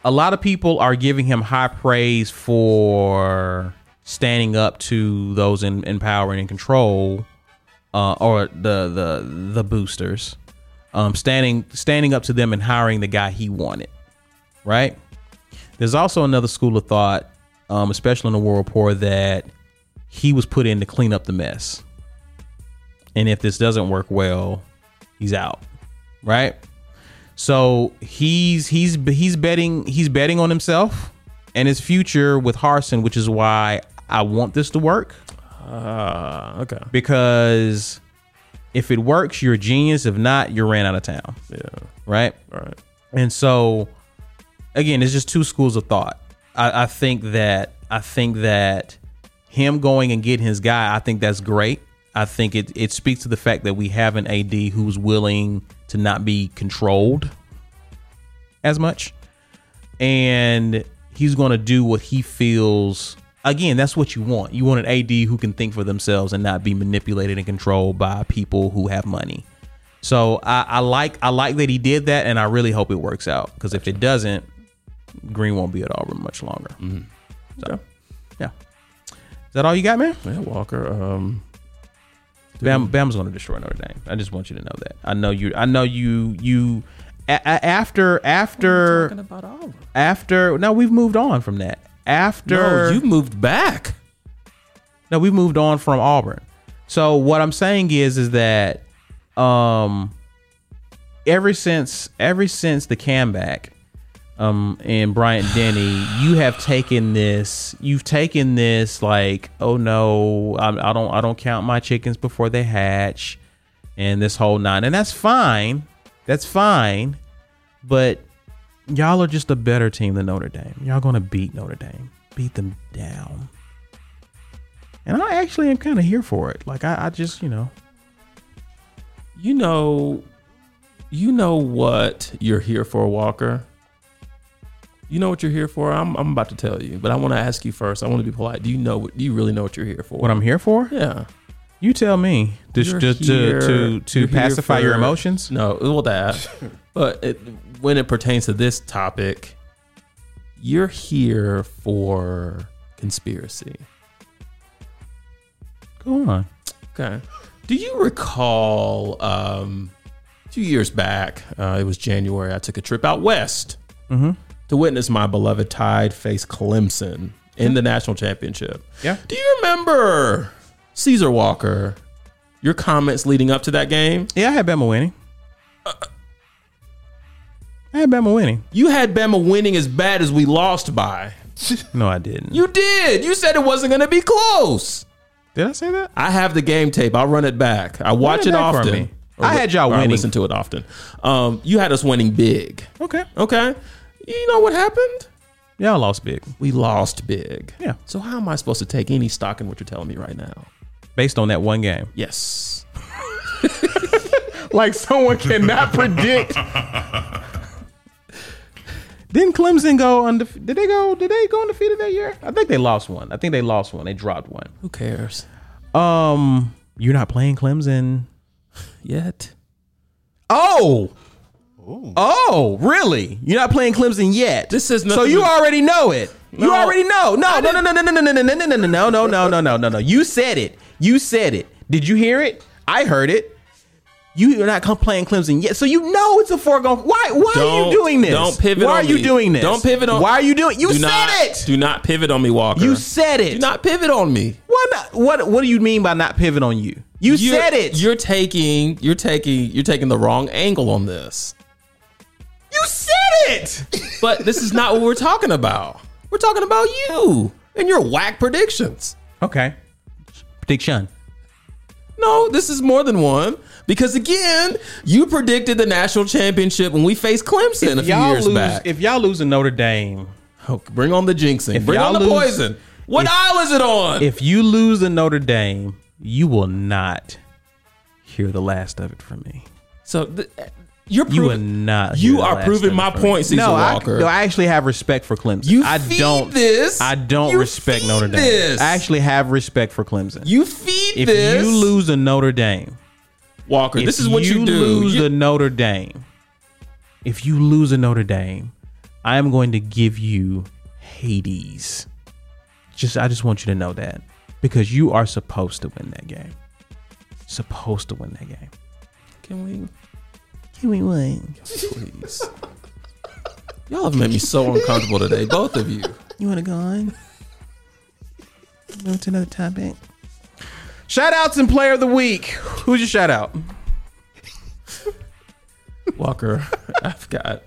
Speaker 1: a lot of people are giving him high praise for standing up to those in, in power and in control, uh, or the the the boosters, um, standing standing up to them and hiring the guy he wanted, right? There's also another school of thought, um, especially in the War Report, that he was put in to clean up the mess. And if this doesn't work well, he's out right so he's he's he's betting he's betting on himself and his future with harson which is why i want this to work
Speaker 2: Uh, okay.
Speaker 1: because if it works you're a genius if not you ran out of town
Speaker 2: Yeah.
Speaker 1: right
Speaker 2: All right.
Speaker 1: and so, again, it's just two schools of thought. I, I think that I think that him going and getting his guy, I think that's great. I think it it speaks to the fact that we have an AD who's willing to not be controlled as much, and he's going to do what he feels. Again, that's what you want. You want an AD who can think for themselves and not be manipulated and controlled by people who have money. So I, I like I like that he did that, and I really hope it works out. Because if it doesn't, Green won't be at Auburn much longer.
Speaker 2: Okay.
Speaker 1: Yeah. Is that all you got, man?
Speaker 2: Yeah, Walker. Um,
Speaker 1: Bam, Bam's going to destroy Notre Dame. I just want you to know that. I know you. I know you. You a, a- after after
Speaker 2: about Auburn.
Speaker 1: after. No, we've moved on from that. after
Speaker 2: No, you moved back.
Speaker 1: No, we moved on from Auburn. So what I'm saying is, is that um, ever since ever since the comeback, um, and Bryant Denny, you have taken this. You've taken this like, oh no, I, I don't, I don't count my chickens before they hatch, and this whole nine, and that's fine, that's fine, but y'all are just a better team than Notre Dame. Y'all gonna beat Notre Dame, beat them down. And I actually am kind of here for it. Like I, I just, you know,
Speaker 2: You know, you know what you're here for, Walker. You know what you're here for. I'm, I'm about to tell you, but I want to ask you first. I want to be polite. Do you know what? Do you really know what you're here for?
Speaker 1: what I'm here for.
Speaker 2: yeah.
Speaker 1: You tell me to
Speaker 2: You're
Speaker 1: to, to
Speaker 2: here-
Speaker 1: to to
Speaker 2: you're here
Speaker 1: pacify your
Speaker 2: for-
Speaker 1: emotions.
Speaker 2: No, well that. but it, when it pertains to this topic, you're here for conspiracy.
Speaker 1: Go on.
Speaker 2: Okay. Do you recall um, two years back? Uh, it was January. I took a trip out west
Speaker 1: Mm-hmm.
Speaker 2: to witness my beloved Tide face Clemson in the national championship.
Speaker 1: Yeah.
Speaker 2: Do you remember Caesar Walker? Your comments leading up to that game?
Speaker 1: Yeah, I had Bama winning. I had Bama winning.
Speaker 2: You had Bama winning as bad as we lost by.
Speaker 1: No, I didn't.
Speaker 2: You did. You said it wasn't going to be close.
Speaker 1: Did I say that?
Speaker 2: I have the game tape. I'll run it back. I watch
Speaker 1: it
Speaker 2: it,
Speaker 1: back for
Speaker 2: often.
Speaker 1: me. I had y'all
Speaker 2: or I
Speaker 1: winning.
Speaker 2: listen to it often. Um, you had us winning big.
Speaker 1: Okay.
Speaker 2: Okay. You know what happened?
Speaker 1: Yeah, I lost big
Speaker 2: We lost big.
Speaker 1: Yeah.
Speaker 2: So how am I supposed to take any stock in what you're telling me right now?
Speaker 1: based on that one game.
Speaker 2: Yes.
Speaker 1: Like someone cannot predict. Didn't Clemson go undefe Did they go? Did they go undefeated that year? I think they lost one. I think they lost one. They dropped one.
Speaker 2: Who cares?
Speaker 1: Um, you're not playing Clemson.
Speaker 2: Yet.
Speaker 1: Oh. Oh, really? You're not playing Clemson yet.
Speaker 2: This has
Speaker 1: So
Speaker 2: nothing
Speaker 1: you
Speaker 2: to-
Speaker 1: already know it. You
Speaker 2: No.
Speaker 1: already know. No, no, no, no, no, no, no, no, no, no, no, no, no, no, no, no, no, no, no. You said it. You said it. Did you hear it? I heard it. You are not com- playing Clemson yet, so you know it's a foregone. Why? Why are
Speaker 2: Don't-
Speaker 1: you doing this?
Speaker 2: don't pivot
Speaker 1: Why
Speaker 2: on
Speaker 1: are you
Speaker 2: me.
Speaker 1: doing this?
Speaker 2: Don't pivot on-
Speaker 1: Why are you doing? You
Speaker 2: do
Speaker 1: said
Speaker 2: not,
Speaker 1: it.
Speaker 2: Do not pivot on me, Walker.
Speaker 1: you said it.
Speaker 2: Do not pivot on me.
Speaker 1: What? Not, what? What do you mean by not pivot on you? You
Speaker 2: You're-
Speaker 1: said it.
Speaker 2: You're taking. You're taking. You're taking the wrong angle on this.
Speaker 1: you said it.
Speaker 2: But this is not what we're talking about. We're talking about you and your whack predictions.
Speaker 1: okay. Prediction.
Speaker 2: No, this is more than one. Because again, you predicted the national championship when we faced Clemson a few
Speaker 1: y'all
Speaker 2: years
Speaker 1: lose,
Speaker 2: back.
Speaker 1: If y'all lose to Notre Dame,
Speaker 2: Oh, bring on the jinxing. Bring
Speaker 1: y'all
Speaker 2: on the
Speaker 1: lose-
Speaker 2: poison. What
Speaker 1: if-
Speaker 2: aisle is it on?
Speaker 1: if you lose to Notre Dame, you will not hear the last of it from me.
Speaker 2: so th- you're
Speaker 1: You
Speaker 2: proving,
Speaker 1: will not. hear
Speaker 2: You
Speaker 1: the
Speaker 2: are
Speaker 1: last
Speaker 2: proving
Speaker 1: of it
Speaker 2: my
Speaker 1: from
Speaker 2: point,
Speaker 1: me.
Speaker 2: Cecil
Speaker 1: no,
Speaker 2: Walker.
Speaker 1: I, no, I actually have respect for Clemson.
Speaker 2: You
Speaker 1: I
Speaker 2: feed
Speaker 1: don't.
Speaker 2: this.
Speaker 1: I don't
Speaker 2: You
Speaker 1: respect
Speaker 2: feed
Speaker 1: Notre Dame.
Speaker 2: this.
Speaker 1: I actually have respect for Clemson.
Speaker 2: you feed
Speaker 1: if
Speaker 2: this.
Speaker 1: you lose to Notre Dame,
Speaker 2: Walker,
Speaker 1: if
Speaker 2: this is what you, do.
Speaker 1: lose
Speaker 2: You-
Speaker 1: to Notre Dame, if you lose to Notre Dame, I am going to give you Hades. Just I just want you to know that because you are supposed to win that game. Supposed to win that game.
Speaker 2: Can we
Speaker 1: Can we win?
Speaker 2: please? Y'all have made me so uncomfortable today, both of you.
Speaker 1: You want to go on? Move to another topic. Shout outs and player of the week. Who's your shout out?
Speaker 2: Walker, I've got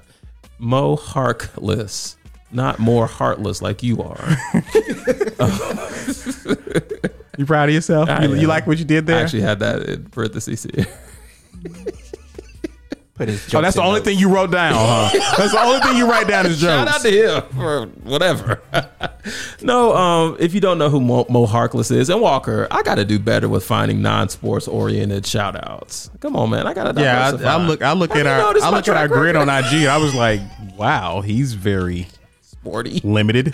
Speaker 2: Mo Harkless, not more heartless like you are.
Speaker 1: You proud of yourself?
Speaker 2: I
Speaker 1: You, you
Speaker 2: am.
Speaker 1: like what you did
Speaker 2: I
Speaker 1: there?
Speaker 2: actually had that in parentheses here.
Speaker 4: Put his
Speaker 1: oh, that's the only thing you wrote down, huh? that's the only thing you write down is jokes.
Speaker 2: Shout out to him for whatever. no, um, if you don't know who Mo, Mo Harkless is, and Walker, I got to do better with finding non-sports oriented shout outs. Come on, man, I got to.
Speaker 1: Yeah, I, I look. I look at our. I look at our grid on IG. and I was like, wow, he's very
Speaker 2: sporty.
Speaker 1: limited.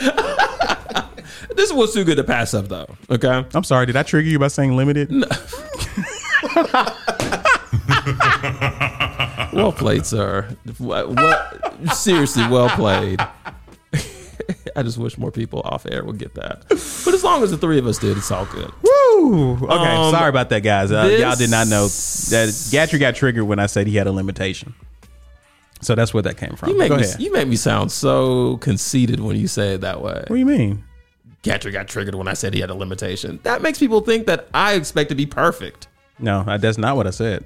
Speaker 2: This was too good to pass up, though. Okay,
Speaker 1: I'm sorry. Did I trigger you by saying limited?
Speaker 2: well played, sir. What, what, seriously, well played. I just wish more people off air would get that. But as long as the three of us did, it's all good.
Speaker 1: Woo. Okay.
Speaker 2: Um,
Speaker 1: sorry about that, guys. Uh, y'all
Speaker 2: this-
Speaker 1: did not know that Gatry got triggered when I said he had a limitation. So that's where that came from.
Speaker 2: You make
Speaker 1: Go
Speaker 2: me,
Speaker 1: ahead.
Speaker 2: you make me sound so conceited when you say it that way.
Speaker 1: what do you mean?
Speaker 2: Catcher got triggered when I said he had a limitation. That makes people think that I expect to be perfect.
Speaker 1: No, I- that's not what I said.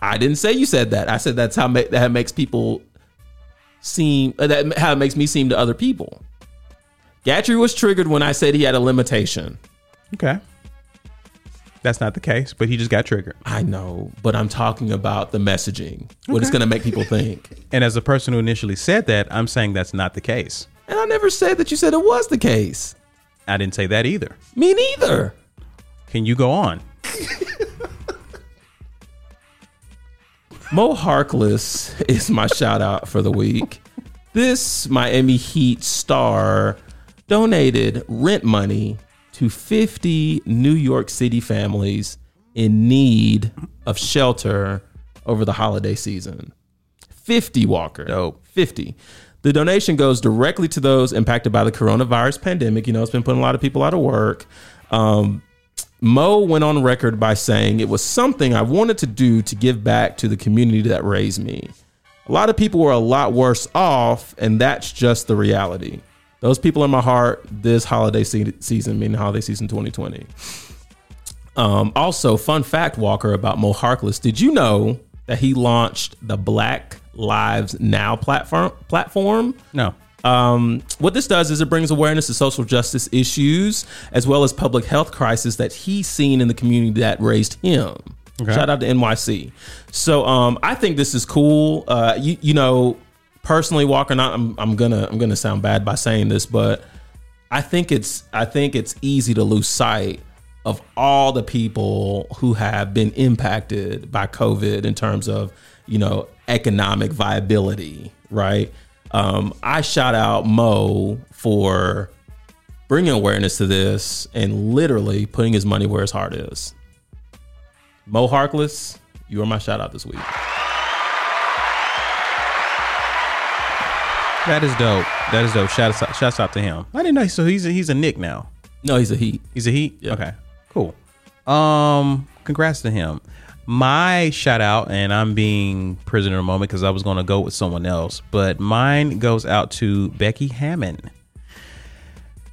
Speaker 2: I didn't say you said that. I said that's how ma- that makes people seem uh, that how it makes me seem to other people. Gatry was triggered when I said he had a limitation.
Speaker 1: Okay. That's not the case, but he just got triggered.
Speaker 2: I know, but I'm talking about the messaging. What it's going to make people think.
Speaker 1: And as a person who initially said that, I'm saying that's not the case.
Speaker 2: And I never said that you said it was the case.
Speaker 1: I didn't say that either.
Speaker 2: Me neither.
Speaker 1: Can you go on?
Speaker 2: Mo Harkless is my shout out for the week. This Miami Heat star donated rent money to 50 New York City families in need of shelter over the holiday season. 50 Walker.
Speaker 1: Dope.
Speaker 2: 50. The donation goes directly to those impacted by the coronavirus pandemic. You know, it's been putting a lot of people out of work. Um, Mo went on record by saying it was something I wanted to do to give back to the community that raised me. A lot of people were a lot worse off, and that's just the reality. Those people in my heart this holiday se- season, meaning holiday season 2020. Um, also, fun fact, Walker, about Mo Harkless. Did you know that he launched the Black Lives Now platform? platform?
Speaker 1: No.
Speaker 2: Um, what this does is it brings awareness to social justice issues as well as public health crisis that he's seen in the community that raised him. Shout out to NYC. So um, I think this is cool. Uh, you, you know, personally, Walker, not I'm, I'm gonna I'm gonna sound bad by saying this, but I think it's I think it's easy to lose sight of all the people who have been impacted by COVID in terms of you know economic viability, right? Um, I shout out Mo for bringing awareness to this and literally putting his money where his heart is. Mo Harkless, you are my shout out this week.
Speaker 1: That is dope. That is dope. Shouts out, shouts out to him. I didn't know. So he's a, he's a Nick now.
Speaker 2: No, he's a heat.
Speaker 1: He's a Heat.
Speaker 2: Yeah.
Speaker 1: Okay, cool. Um, congrats to him. My shout out, and I'm being prisoner of a moment because I was going to go with someone else, but mine goes out to Becky Hammond.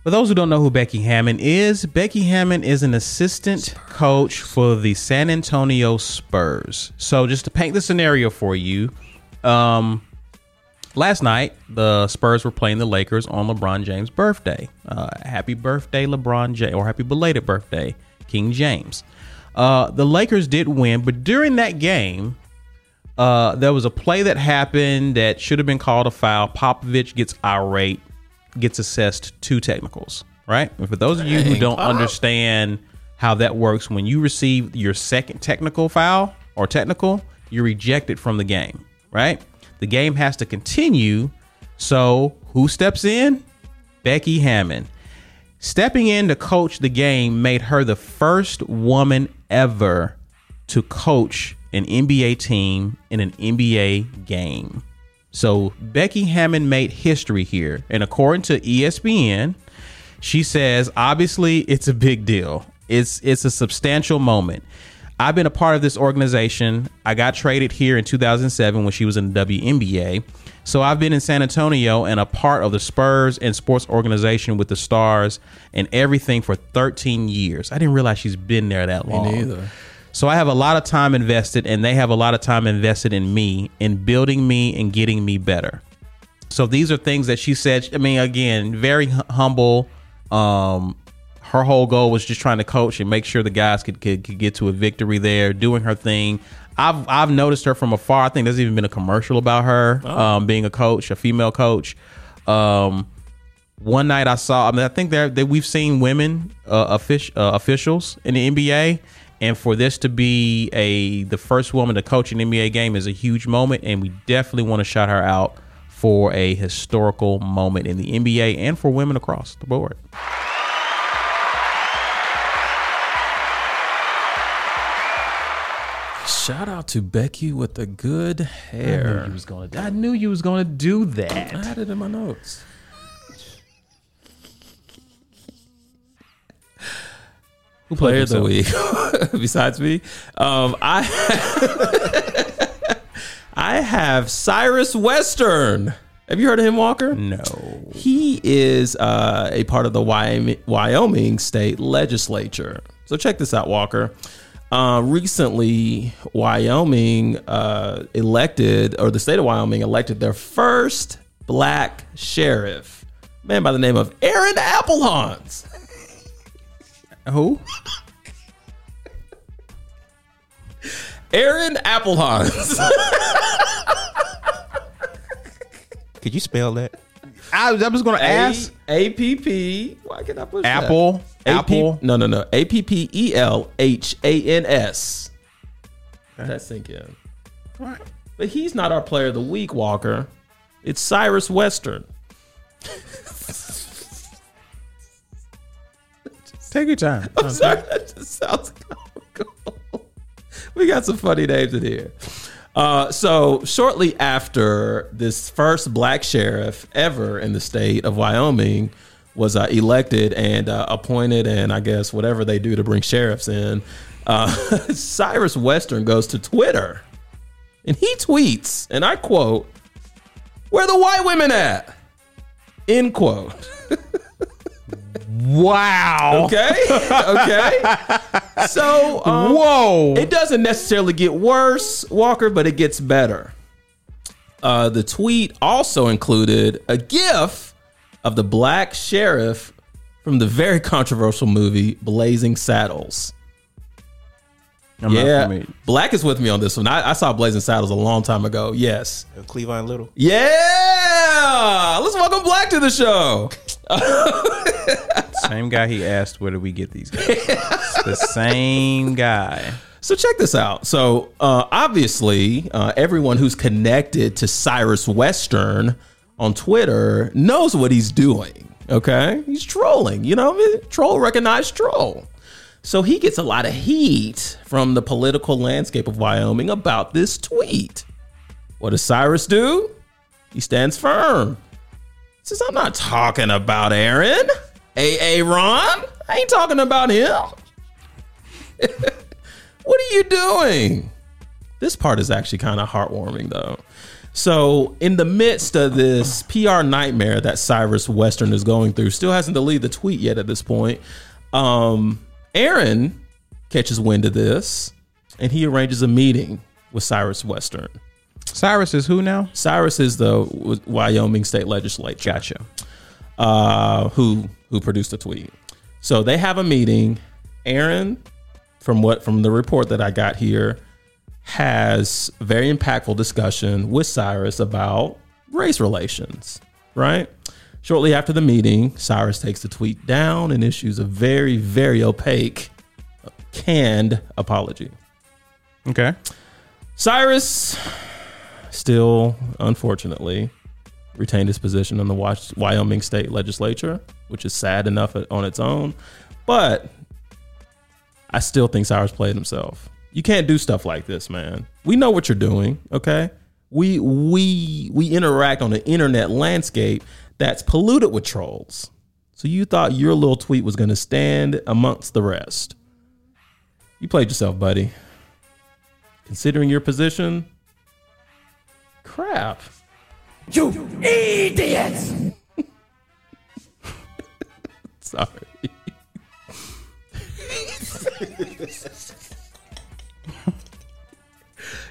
Speaker 1: For those who don't know who Becky Hammond is, Becky Hammond is an assistant coach for the San Antonio Spurs. So, just to paint the scenario for you, um, last night the Spurs were playing the Lakers on LeBron James' birthday. Uh, happy birthday, LeBron James, or happy belated birthday, King James. Uh, the Lakers did win, but during that game, uh, there was a play that happened that should have been called a foul. Popovich gets irate, gets assessed two technicals. Right, and for those of you who don't understand how that works, when you receive your second technical foul or technical, you're rejected from the game. Right, the game has to continue. So who steps in? Becky Hammond. Stepping in to coach the game made her the first woman ever to coach an NBA team in an NBA game. So Becky Hammond made history here. And according to E ESPN, she says, obviously, it's a big deal. It's it's a substantial moment. I've been a part of this organization. I got traded here in 2007 when she was in the WNBA. So I've been in San Antonio and a part of the Spurs and sports organization with the Stars and everything for 13 years. I didn't realize she's been there that long.
Speaker 2: neither.
Speaker 1: So I have a lot of time invested, and they have a lot of time invested in me, in building me and getting me better. So these are things that she said. I mean, again, very hu- humble. Um, her whole goal was just trying to coach and make sure the guys could, could, could get to a victory there, doing her thing. I've I've noticed her from afar. I think there's even been a commercial about her um, being a coach, a female coach. Um, one night I saw. I mean, I think there that we've seen women uh, offic- uh, officials in the NBA, and for this to be a the first woman to coach an NBA game is a huge moment, and we definitely want to shout her out for a historical moment in the NBA and for women across the board.
Speaker 2: Shout out to Becky with the good hair.
Speaker 1: Gonna, I knew you was gonna do that.
Speaker 2: I had it in my notes. Who player of the week? Besides me, um, I I have Cyrus Western. Have you heard of him, Walker?
Speaker 1: No.
Speaker 2: He is uh, a part of the Wyoming, Wyoming state legislature. So check this out, Walker. Uh, recently, Wyoming uh, elected, or the state of Wyoming elected their first black sheriff, a man by the name of Aaron Applehans.
Speaker 1: Who?
Speaker 2: Aaron Applehans.
Speaker 4: Could you spell that?
Speaker 1: I, I was going to ask.
Speaker 2: A P P. Why can I push that?
Speaker 1: Apple.
Speaker 2: AP
Speaker 1: Apple.
Speaker 2: No, no, no. A P P E L H A N S. That sink in. But he's not our player of the week, Walker. It's Cyrus Western.
Speaker 1: Take your time.
Speaker 2: Sorry, that just sounds comical. We got some funny names in here. Uh, so shortly after this first black sheriff ever in the state of Wyoming was uh, elected and uh, appointed, and I guess whatever they do to bring sheriffs in, uh, Cyrus Western goes to Twitter and he tweets, and I quote, "Where the white women at?" End quote.
Speaker 1: Wow.
Speaker 2: Okay, okay. So um,
Speaker 1: Whoa.
Speaker 2: It doesn't necessarily get worse, Walker, but it gets better. Uh, the tweet also included a GIF of the black sheriff from the very controversial movie Blazing Saddles.
Speaker 1: I'm not
Speaker 2: Yeah,
Speaker 1: familiar.
Speaker 2: black is with me on this one. I, I saw Blazing Saddles a long time ago. Yes,
Speaker 4: Uh, Cleavon Little.
Speaker 2: yeah. Let's welcome Black to the show.
Speaker 1: Same guy he asked, where do we get these guys? It's the same guy.
Speaker 2: So check this out. So uh, obviously, uh, everyone who's connected to Cyrus Western on Twitter knows what he's doing. Okay, he's trolling. You know, what I mean? troll recognized troll. So he gets a lot of heat from the political landscape of Wyoming about this tweet. What does Cyrus do? He stands firm. He says, "I'm not talking about Aaron, A.A. Ron. I ain't talking about him." What are you doing? This part is actually kind of heartwarming, though. So, in the midst of this PR nightmare that Cyrus Western is going through, still hasn't deleted the tweet yet at this point. Um, Aaron catches wind of this and he arranges a meeting with Cyrus Western.
Speaker 1: Cyrus is who now?
Speaker 2: Cyrus is the W- Wyoming state legislature. Gotcha. Uh, who who produced the tweet? So they have a meeting. Aaron, from what from the report that I got here, has very impactful discussion with Cyrus about race relations. Right. Shortly after the meeting, Cyrus takes the tweet down and issues a very very opaque, canned apology.
Speaker 1: Okay.
Speaker 2: Cyrus still, unfortunately, retained his position on the Wash- Wyoming state legislature, which is sad enough on its own. But I still think Cyrus played himself. You can't do stuff like this, man. We know what you're doing, okay? We we we interact on the internet landscape that's polluted with trolls. So you thought your little tweet was going to stand amongst the rest. You played yourself, buddy considering your position, crap. You idiots! Sorry.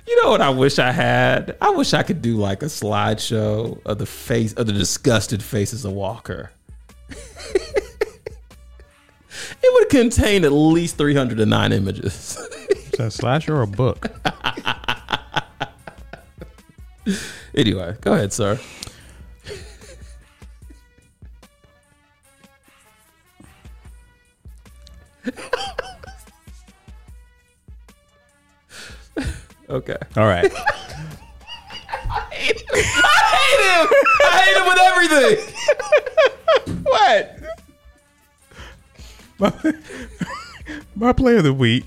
Speaker 2: you know what I wish I had? I wish I could do like a slideshow of the face of the disgusted faces of Walker. it would contain at least 309 images.
Speaker 1: Is that a slasher or a book?
Speaker 2: Anyway, go ahead, sir. okay.
Speaker 1: All right.
Speaker 2: I hate him with everything.
Speaker 1: what? My, my play of the week.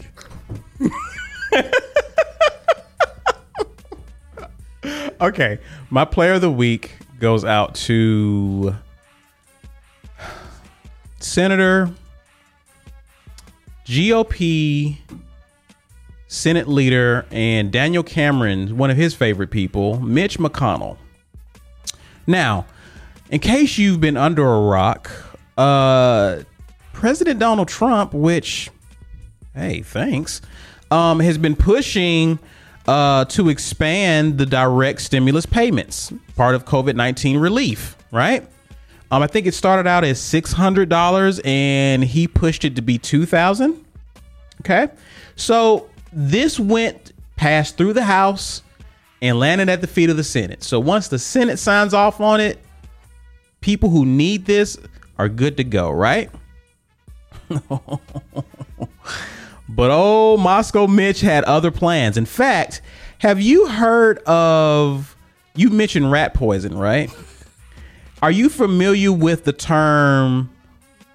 Speaker 1: okay, my player of the week goes out to Senator GOP Senate leader and Daniel Cameron, one of his favorite people, Mitch McConnell. Now, in case you've been under a rock, uh, President Donald Trump, which, hey, thanks, um, has been pushing uh, to expand the direct stimulus payments, part of COVID 19 relief, right? Um, I think it started out as $600 and he pushed it to be 2000 Okay. So this went passed through the House and landed at the feet of the Senate. So once the Senate signs off on it, people who need this are good to go, right? but oh, Moscow Mitch had other plans. In fact, have you heard of you mentioned rat poison, right? Are you familiar with the term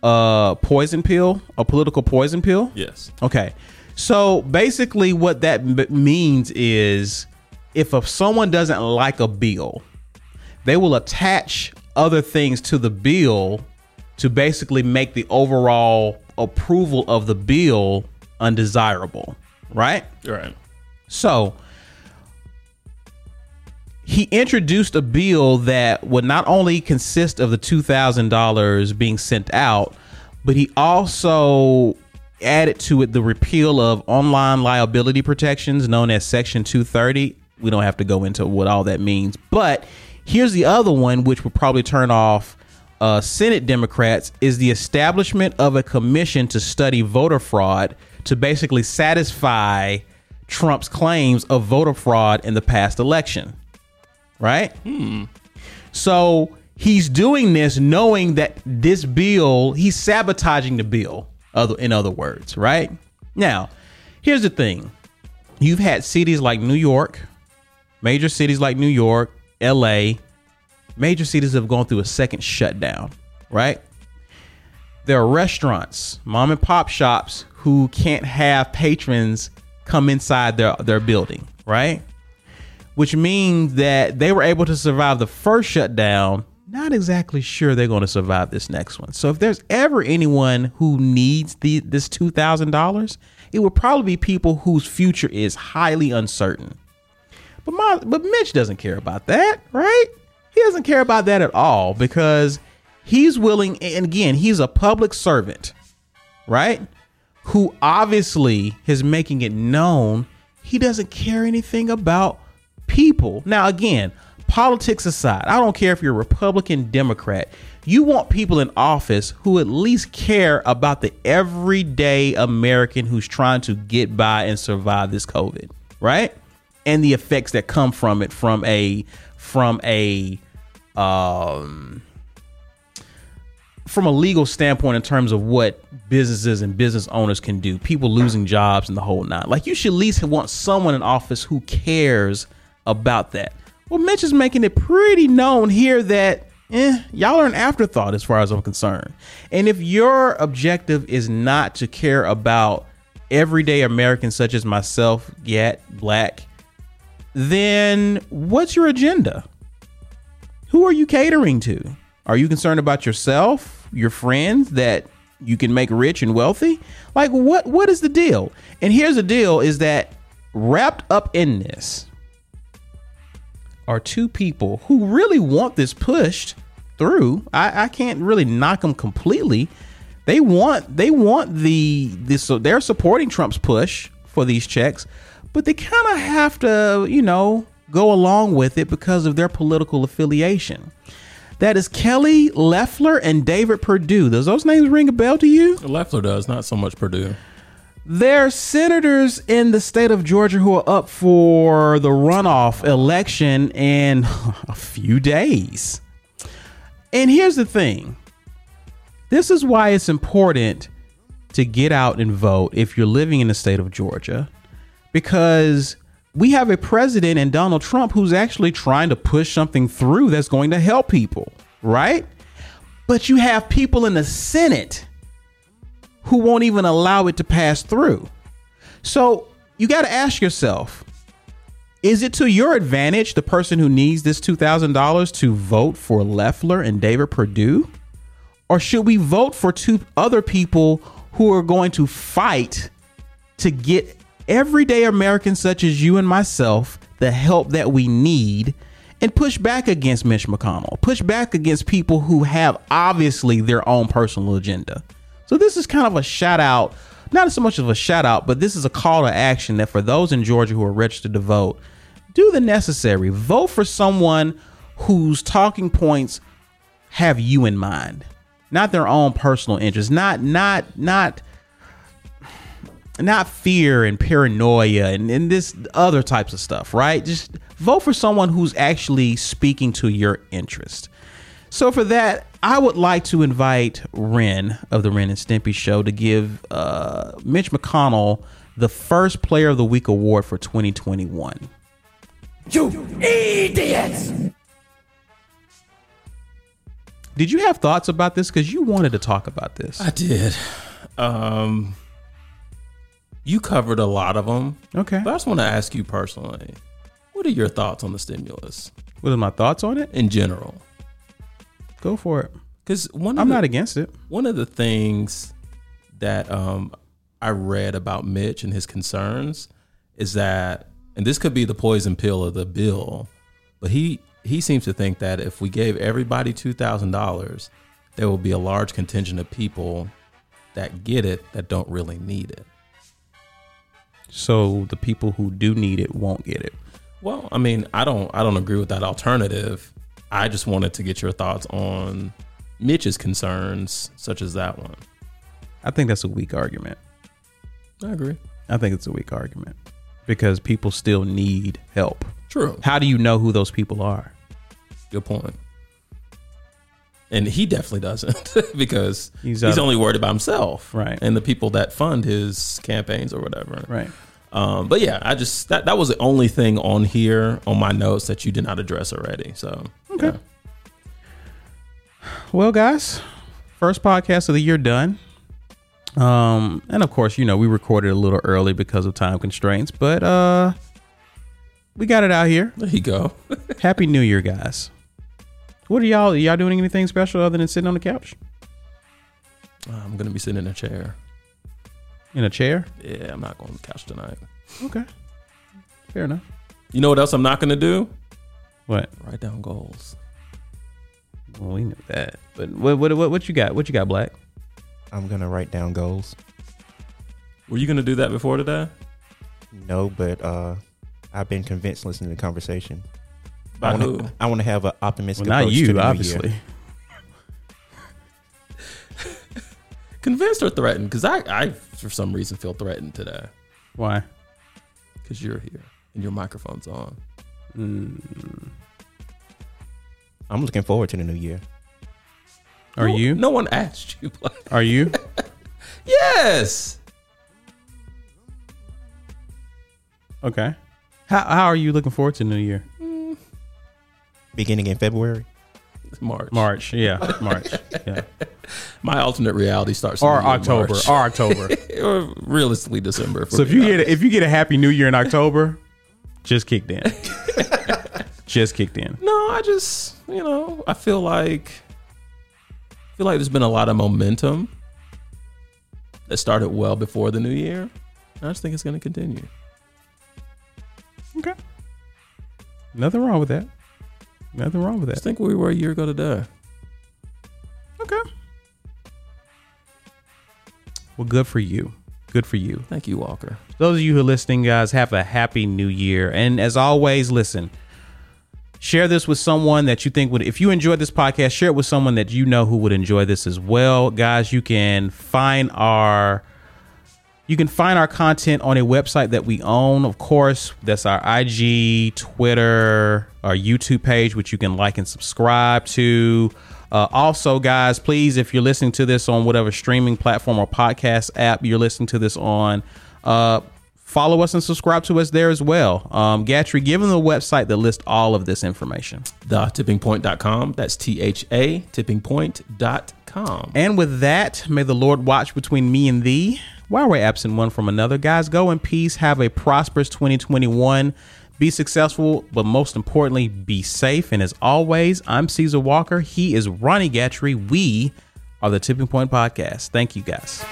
Speaker 1: uh poison pill, a political poison pill?
Speaker 2: Yes.
Speaker 1: Okay. So basically, what that m- means is if a, someone doesn't like a bill, they will attach other things to the bill to basically make the overall approval of the bill undesirable, right?
Speaker 2: All right.
Speaker 1: So he introduced a bill that would not only consist of the $2,000 being sent out, but he also added to it the repeal of online liability protections known as Section 230. We don't have to go into what all that means, but here's the other one which would probably turn off uh, Senate Democrats is the establishment of a commission to study voter fraud to basically satisfy Trump's claims of voter fraud in the past election. Right? So he's doing this knowing that this bill, he's sabotaging the bill, other in other words, right? Now, here's the thing. You've had cities like New York, major cities like New York, LA, major cities have gone through a second shutdown, right? There are restaurants, mom and pop shops who can't have patrons come inside their, their building, right? Which means that they were able to survive the first shutdown. Not exactly sure they're going to survive this next one. So if there's ever anyone who needs the this two thousand dollars, it would probably be people whose future is highly uncertain. But my but Mitch doesn't care about that, right? He doesn't care about that at all because he's willing and again, he's a public servant, right? Who obviously is making it known he doesn't care anything about people. Now again, politics aside, I don't care if you're Republican, Democrat. You want people in office who at least care about the everyday American who's trying to get by and survive this COVID, right? and the effects that come from it from a from a um from a legal standpoint in terms of what businesses and business owners can do people losing jobs and the whole nine like you should at least want someone in office who cares about that well mitch is making it pretty known here that eh, y'all are an afterthought as far as i'm concerned and if your objective is not to care about everyday americans such as myself yet black then what's your agenda? Who are you catering to? Are you concerned about yourself, your friends that you can make rich and wealthy? Like what what is the deal? And here's the deal is that wrapped up in this are two people who really want this pushed through. I, I can't really knock them completely. They want they want the this so they're supporting Trump's push for these checks, but they kind of have to you know go along with it because of their political affiliation. That is Kelly Leffler and David Perdue. Does those names ring a bell to you?
Speaker 2: Leffler does not so much Purdue.
Speaker 1: There are senators in the state of Georgia who are up for the runoff election in a few days. And here's the thing this is why it's important to get out and vote if you're living in the state of Georgia, because we have a president and Donald Trump who's actually trying to push something through that's going to help people, right? But you have people in the Senate who won't even allow it to pass through. So you got to ask yourself is it to your advantage, the person who needs this $2,000 to vote for Leffler and David Perdue? Or should we vote for two other people who are going to fight to get everyday Americans such as you and myself the help that we need and push back against Mitch McConnell, push back against people who have obviously their own personal agenda. So this is kind of a shout out, not so much of a shout out, but this is a call to action that for those in Georgia who are registered to vote, do the necessary. Vote for someone whose talking points have you in mind not their own personal interests not not not not fear and paranoia and, and this other types of stuff right just vote for someone who's actually speaking to your interest so for that i would like to invite ren of the ren and stimpy show to give uh, mitch mcconnell the first player of the week award for 2021 did you have thoughts about this because you wanted to talk about this
Speaker 2: I did. Um, you covered a lot of them,
Speaker 1: okay
Speaker 2: but I just want to ask you personally: What are your thoughts on the stimulus
Speaker 1: what are my thoughts on it
Speaker 2: in general?
Speaker 1: go for it
Speaker 2: Because one, of
Speaker 1: i'm
Speaker 2: the-
Speaker 1: not against it
Speaker 2: one of the things that um, I read about Mitch and his concerns is that, and this could be the poison pill of the bill, but he he seems to think that if we gave everybody two thousand dollars, there will be a large contingent of people that get it that don't really need it.
Speaker 1: so the people who do need it won't get it
Speaker 2: Well, I mean, I don't I don't agree with that alternative. I just wanted to get your thoughts on Mitch's concerns, such as that one.
Speaker 1: i think that's a weak argument
Speaker 2: I agree.
Speaker 1: i think it's a weak argument because people still need help
Speaker 2: True.
Speaker 1: how do you know who those people are
Speaker 2: Good point. And he definitely doesn't because
Speaker 1: He's
Speaker 2: he's,
Speaker 1: out of-
Speaker 2: only worried about himself,
Speaker 1: Right.
Speaker 2: And the people that fund his campaigns or whatever,
Speaker 1: right
Speaker 2: Um, but yeah, I just that that was the only thing on here on my notes that you did not address already. So okay,
Speaker 1: well guys first podcast of the year done um and of course you know we recorded a little early because of time constraints but uh we got it out here
Speaker 2: there you go.
Speaker 1: happy new year guys what are y'all y'all doing anything special other than sitting on the couch
Speaker 2: I'm gonna be sitting in a chair.
Speaker 1: in a chair
Speaker 2: Yeah, I'm not going to the couch tonight.
Speaker 1: okay fair enough
Speaker 2: You know what else I'm not gonna do?
Speaker 1: what
Speaker 2: Write down goals.
Speaker 1: Well, we knew that. But what what what, what you got? What you got, Black?
Speaker 4: I'm gonna write down goals.
Speaker 2: Were you gonna do that before today?
Speaker 4: No, but uh, I've been convinced listening to the conversation.
Speaker 2: By
Speaker 4: I wanna,
Speaker 2: who?
Speaker 4: I want to have an optimistic.
Speaker 1: Well, not
Speaker 4: approach to the
Speaker 1: you,
Speaker 4: new year.
Speaker 1: obviously.
Speaker 2: Convinced or threatened? Because I, I for some reason feel threatened today.
Speaker 1: Why?
Speaker 2: because you're here and your microphone's on.
Speaker 4: I'm looking forward to the new year.
Speaker 1: Are
Speaker 2: No-
Speaker 1: you?
Speaker 2: No one asked you. Black.
Speaker 1: Are you?
Speaker 2: yes.
Speaker 1: Okay. How how are you looking forward to New Year?
Speaker 4: Beginning in February.
Speaker 2: March.
Speaker 1: March, yeah, March, yeah,
Speaker 2: My alternate reality starts in
Speaker 1: or
Speaker 2: the year
Speaker 1: October,
Speaker 2: March.
Speaker 1: or October.
Speaker 2: or realistically December.
Speaker 1: so if you get if you get a Happy New Year in October, just kicked in. just kicked in.
Speaker 2: no, I just you know I feel like I feel like there's been a lot of momentum that started well before the new year. And I just think it's going to continue.
Speaker 1: Okay. Nothing wrong with that. Nothing wrong with
Speaker 2: I
Speaker 1: that.
Speaker 2: think we were a year ago today.
Speaker 1: Okay. Well, good for you. Good for you.
Speaker 2: Thank you, Walker.
Speaker 1: those of you who are listening, guys, have a happy new year. And as always, listen, share this with someone that you think would, if you enjoyed this podcast, share it with someone that you know who would enjoy this as well. Guys, you can find our. You can find our content on a website that we own, of course. That's our IG, Twitter, our YouTube page, which you can like and subscribe to. Uh, also, guys, please, if you're listening to this on whatever streaming platform or podcast app you're listening to this on, uh, follow us and subscribe to us there as well. Um, Gatry, give them the website that lists all of this information.
Speaker 2: TheTippingPoint.com. That's T H A tippingpoint.com.
Speaker 1: And with that, may the Lord watch between me and thee while we're absent one from another. Guys, go in peace. Have a prosperous 2021. Be successful, but most importantly, be safe. And as always, I'm Caesar Walker. He is Ronnie Gatry. We are the Tipping Point Podcast. Thank you, guys.